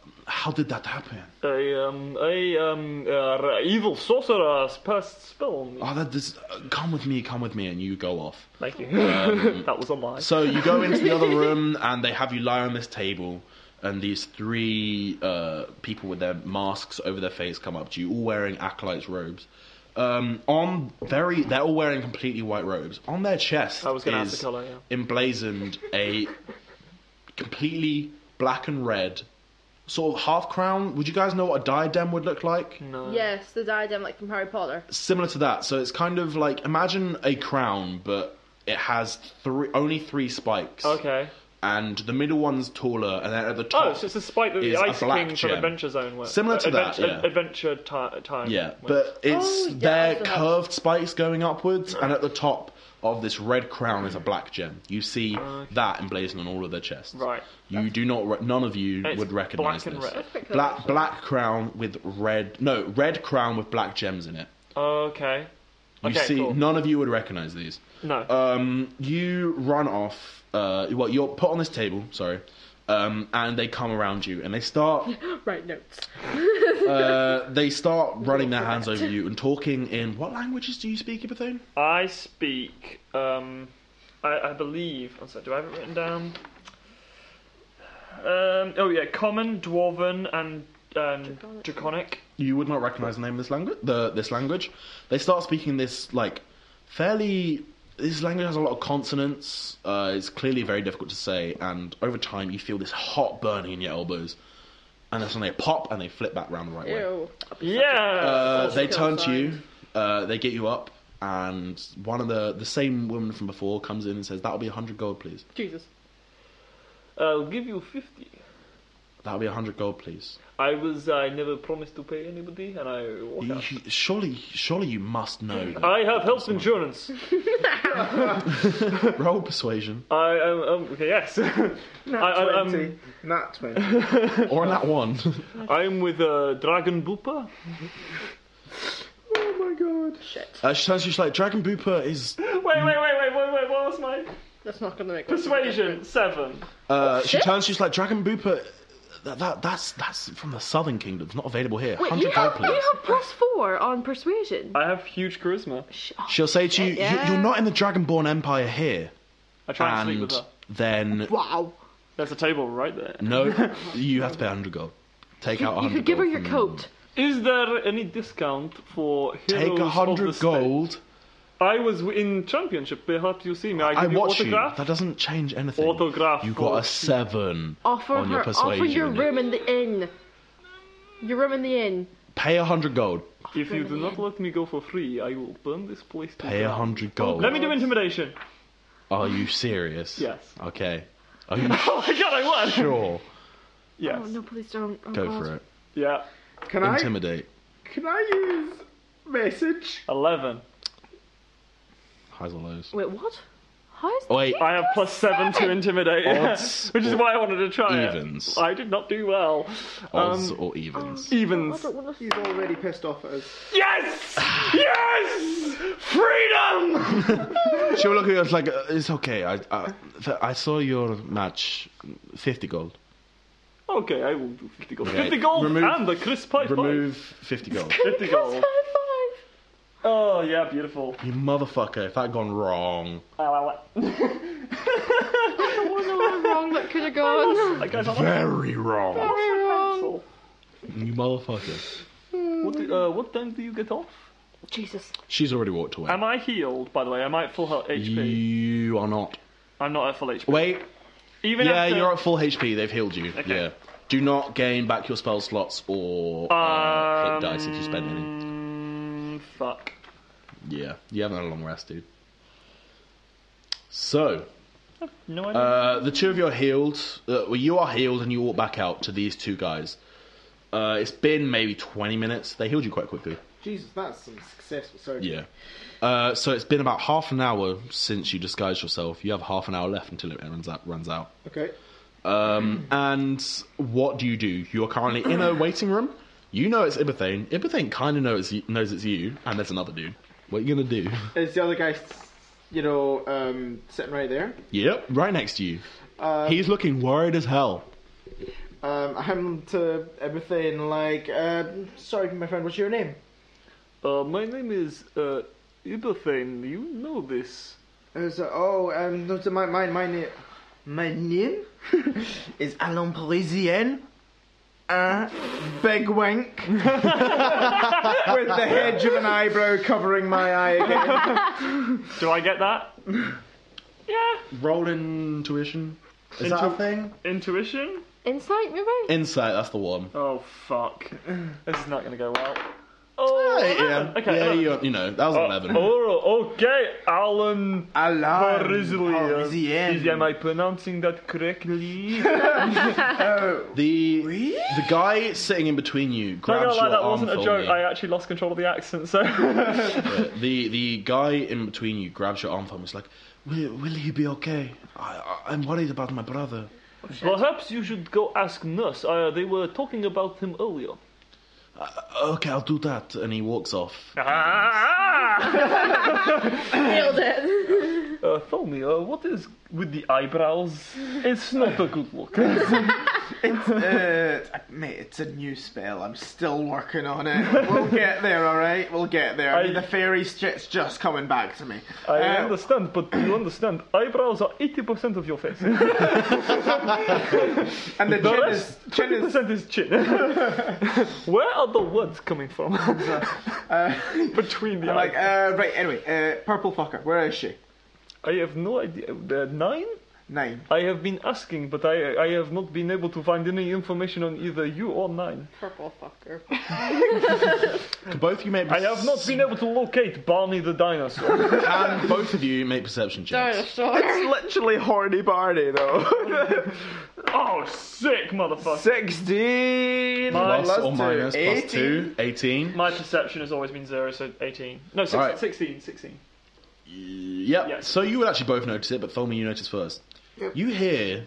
A: "Um, "How did that happen?
D: I um I um uh, evil sorcerer passed spell on me.
A: Oh, that this, uh, come with me, come with me," and you go off.
D: Thank you. [LAUGHS]
A: Oh.
D: that was a lie.
A: So you go into the other
D: [LAUGHS]
A: room, and they have you lie on this table, and these three uh, people with their masks over their face come up to you, all wearing acolytes robes. Um, on very, they're all wearing completely white robes. On their chest
D: I was gonna ask
A: is
D: the colour, yeah.
A: emblazoned a completely black and red sort of half crown. Would you guys know what a diadem would look like?
D: no.
B: Yes, the diadem like from Harry Potter.
A: similar to that. So it's kind of like imagine a crown, but it has three only three spikes.
D: Okay.
A: And the middle one's taller, and then at the top.
D: Oh, so it's the spike that the
A: is a
D: Ice
A: black
D: King from
A: gem.
D: Adventure Zone went.
A: Similar to that,
D: Adventure,
A: yeah.
D: Adventure ti- Time.
A: yeah,
D: went.
A: but it's
B: Oh, yeah,
A: their
B: so that's-
A: curved spikes going upwards, and at the top of this red crown is a black gem. You see
D: Okay.
A: that emblazoned on all of their chests.
D: Right.
A: You do not. Re- none of you
D: And it's
A: would recognize
D: black and
A: this.
D: red.
B: That's pretty cool.
A: Black black crown with red no red crown with black gems in it.
D: Okay.
A: You
D: okay,
A: see,
D: cool.
A: none of you would recognize these.
D: no.
A: um, you run off. Uh, well, you're put on this table. Sorry. Um, and they come around you, and they start.
B: Right notes.
A: Uh, they start running their hands over you and talking in what languages do you speak, Ibathone?
D: I speak. Um, I, I believe. I'm sorry, do I have it written down? Um, oh yeah, common, dwarven, and um,
B: Draconic.
D: draconic.
A: You would not recognize the name of this language. The this language. They start speaking this like fairly. This language has a lot of consonants. Uh, it's clearly very difficult to say, and over time you feel this hot burning in your elbows, and that's when they pop and they flip back round the right way.
B: Ew.
D: Yeah.
A: Uh,
B: That's
A: they
B: a
A: turn to
B: kill
A: you. Uh, they get you up, and one of the the same woman from before comes in and says, "That'll be hundred gold, please."
B: Jesus.
D: I'll give you fifty.
A: That'll be a hundred gold, please.
F: I was I never promised to pay anybody, and I
B: Oh,
F: walk
A: You-
F: out.
A: you- surely, surely you must
B: [LAUGHS]
A: know. that-
F: I have health insurance.
A: Roll persuasion
F: I am um, okay.
C: [LAUGHS]
F: Yes, [LAUGHS]
C: Nat
F: I- I- um, I'm-
C: 20. Nat 20.
A: or on that
B: [LAUGHS]
A: one.
F: I'm with uh, Dragon Boopa.
C: oh my god.
B: Shit.
A: Uh, she turns to you she's like, Dragon Booper is.
F: Wait, wait, wait, wait, wait, wait. What was my
B: That's not gonna make much of a
F: persuasion?
B: difference.
F: Seven.
A: Uh, she
B: shit.
A: turns to you she's like, Dragon Booper. That, that that's that's from the Southern Kingdom. It's not available here.
B: Wait, you
A: Hundred Uh, gold,
B: have, you
A: please.
B: have plus four on persuasion.
F: I have huge charisma.
B: Sh- oh,
A: She'll say to you,
B: shit, yeah.
A: you, "You're not in the Dragonborn Empire here."
F: I try and, sleep
A: And
F: with her.
A: then
B: Wow.
F: There's a table right there.
B: [LAUGHS]
A: no, you have to pay hundred gold. Take out.
B: You
A: 100
B: could give her
A: gold
B: your
A: from-
B: coat.
F: Is there any discount for heroes
A: Take a
F: of
A: hundred
F: the
A: gold.
F: state? I was in championship. Perhaps you see me. I, give
A: I
F: you
A: watch you.
F: autograph.
A: That doesn't change anything.
F: Autograph
A: You got a
F: for-
A: seven.
B: Offer
A: On your
B: her. Offer your
A: persuasion.
B: room in the inn. Your room in the inn.
A: Pay a hundred gold.
F: If you do not let me go for free, I will burn this place. to
A: Pay a
F: ground.
A: hundred gold.
F: Let me do intimidation. [LAUGHS]
A: Are you serious?
F: Yes.
A: Okay. Are you [LAUGHS]
F: Oh my god, I won.
A: sure?
F: [LAUGHS] Yes.
B: Oh no, please don't. Oh,
A: Go
B: God.
A: for it.
F: Yeah.
C: Can I,
A: Intimidate.
C: can I use message?
F: Eleven.
A: Highs or lows. Oh,
B: Wait, what? How is
A: Wait.
F: I have plus seven to intimidate,
A: Odds
F: [LAUGHS] which is
A: or
F: why I wanted to try
A: evens?
F: it. uh, I um, did not do well.
A: Odds
F: Um,
A: or evens.
B: I
F: Evens.
B: don't want to.
C: He's already pissed off at us.
F: Yes! [SIGHS] Yes! Freedom!
A: She'll look at you. It's like "Uh, it's okay. I, I I saw your match. Fifty gold.
F: Okay, I will do 50 gold.
A: Okay.
F: 50 gold
A: Remove-
F: and the crisp pipe.
A: Remove fifty
B: [LAUGHS]
A: gold.
F: 50 gold. Oh, yeah, beautiful.
A: you motherfucker! If that gone wrong,
F: Ah, ah, ah.
B: Oh no, wrong.
F: [LAUGHS]
B: That could have gone.
F: Like, guys, I lost
A: very wrong.
F: my
B: wrong.
F: pencil.
A: You motherfucker.
F: What, do- uh, what time do you get off?
B: Jesus.
A: She's already walked away.
F: Am I healed, by the way? Am I at full health- HP?
A: You are not.
F: I'm not at full HP.
A: Wait.
F: Even
A: yeah,
F: after-
A: you're at full HP. They've healed you.
F: Okay.
A: Yeah. Do not gain back your spell slots or uh, hit dice if you spend any.
F: Um, Fuck.
A: Yeah. You haven't had a long rest, dude. So,
F: No idea.
A: uh, the two of you are healed. Uh, well, you are healed and you walk back out to these two guys. Uh, it's been maybe 20 minutes. They healed you quite quickly.
C: Jesus, that's some successful surgery.
A: Yeah. Uh, so it's been about half an hour since you disguised yourself. You have half an hour left until it runs out. Runs out.
C: Okay.
A: Um, and what do you do? You are currently in a waiting room. You know it's Ibethane. Ibethane kind of knows knows it's you, and there's another dude. What are you gonna do?
C: Is the other guy, s- you know, um, sitting right there?
A: Yep, right next to you.
C: Um,
A: He's looking worried as hell.
C: um, I'm to everything like, um, sorry, my friend, what's your name?
F: Uh, my name is uh, Iberthane. You know this.
C: Uh, so, oh, um, no, so my, my, my name, my name [LAUGHS] is Alain Parisien. Uh, big wink. [LAUGHS] With the hedge of an eyebrow covering my eye [LAUGHS] again.
F: Do I get that? yeah.
A: Roll intuition. Is
F: that a
A: thing?
F: Intuition?
B: Insight, maybe.
A: Insight. That's the one.
F: Oh, fuck. [LAUGHS] This is not going to go well.
A: Ah.
F: Oh,
A: Right, yeah,
F: 11. Okay,
A: yeah.
F: 11.
A: You, you know that was
F: Oh,
A: eleven.
F: oh, okay, Alan
C: Alain
F: Parislian. Is- Am
C: Parisien.
F: I pronouncing that
A: [LAUGHS]
F: correctly?
C: Oh,
A: The
C: Really?
A: the guy sitting in between you
F: Not
A: grabs
F: gonna lie,
A: your
F: that
A: arm
F: wasn't a
A: for
F: joke.
A: me. [LAUGHS]
F: I actually lost control of the accent, so. [LAUGHS]
A: the the guy in between you grabs your arm from. He's like, "Will will he be okay? I, I I'm worried about my brother."
F: Perhaps you should go ask Nurse. Uh, they were talking about him earlier.
A: Okay, I'll do that. And he walks off.
F: Ah!
B: Nailed it.
F: Uh, tell me, uh, what is with the
C: [LAUGHS]
F: eyebrows? It's not a good look.
C: Uh, mate, it's a new spell. I'm still working on it.
F: [LAUGHS]
C: We'll get there, all right? We'll get there. I, mean,
F: I-
C: the fairy shit's just coming back to me.
F: I
C: Uh,
F: understand, but you understand, eyebrows are 80% of your face.
C: And the
F: The
C: chin is,
F: rest,
C: chin is
F: 20% is
C: [LAUGHS]
F: chin. Where are the words coming from? [LAUGHS] Between the
C: Uh, I'm like,
F: eyes.
C: uh, right, anyway, uh, purple fucker, where is she?
F: I have no idea. The nine?
C: Nine.
F: I have been asking, but I, I have not been able to find any information on either you or nine.
B: Purple fucker. [LAUGHS]
A: Can both of you make?
F: I have not been able to locate Barney the dinosaur.
A: Can both of you make perception checks?
B: Dinosaur.
C: [LAUGHS] Literally horny Barney, though.
D: oh, sick motherfucker.
C: 16
D: Plus
A: Plus or minus, plus 2, 18.
D: My perception has always been zero, so 18. No, 16.
A: Alright.
D: 16, 16.
A: Yep.
D: Yes.
A: So you would actually both notice it, but Thelma, you notice first. You hear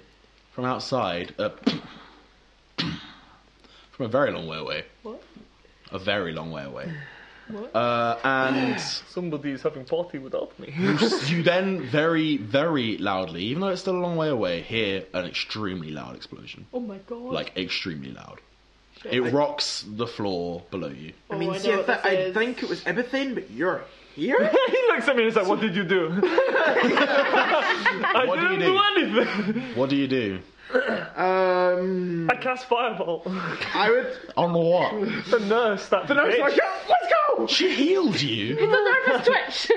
A: from outside a [COUGHS] from a very long way away.
D: What?
A: A very long way away.
D: What?
A: Uh,
B: [LAUGHS]
A: and
D: Somebody's having party without me.
A: you then very, very loudly, even though it's still a long way away, hear an extremely loud explosion.
B: Oh my god.
A: Like extremely loud.
B: Shit.
A: It rocks the floor below you.
B: Oh,
C: I mean, see,
B: know
C: I,
B: what
C: th-
B: this
C: I
B: is.
C: think it was Ibethane, but you're
F: [LAUGHS]
C: here?
D: [LAUGHS] he looks at me and he's like, [LAUGHS] What did you [LAUGHS] do? I
A: What do you
B: [LAUGHS]
D: didn't do anything.
A: What do you do?
C: um,
D: I cast Fireball.
C: I would.
A: On what?
B: [LAUGHS]
D: the nurse, that
C: The nurse
D: bitch.
C: was like, "Yeah, let's go!
A: She healed
B: [LAUGHS]
A: you.
B: It's a
A: [LAUGHS]
B: nervous twitch.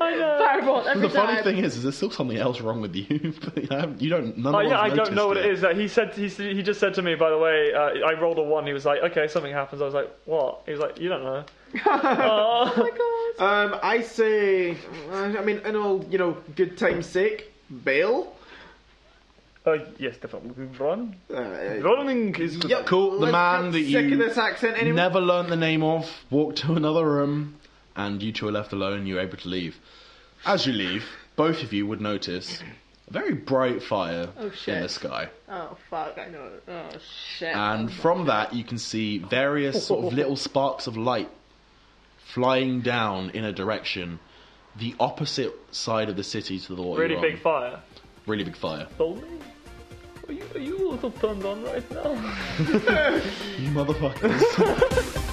D: I know.
B: Fireball every
A: The funny
B: time.
A: thing is, is there's still something else wrong with you. [LAUGHS] But I haven't- you don't. None
D: Oh
A: of
D: yeah,
A: us
D: I don't
A: noticed
D: know what it
A: it
D: is. That he said he, said- he just said to me. By the way, uh, I rolled a one. He was like, "Okay, something happens." I was like, "What?" He was like, "You don't know." oh,
B: Oh my god.
C: Um, I say, uh, I mean, in all, you know, good time's sake, bail.
D: uh, yes, definitely run.
C: Uh,
D: Running is
C: yep,
A: Cool, the
C: let's
A: man
C: get
A: that
C: sick
A: you
C: of this accent anyway.
A: Never learnt the name of, walked to another room, and you two are left alone. You're able to leave. As you leave, both of you would notice a very bright fire
B: Oh,
A: in the
B: shit.
A: sky.
B: Oh fuck, I know. Oh shit.
A: And from that, you can see various sort of little sparks of light flying down in a direction, the opposite side of the city to the what
D: really
A: you're
D: big
A: on.
D: fire.
A: really big fire.
D: Told me. Are you, are you a little turned on right now?
A: You motherfuckers.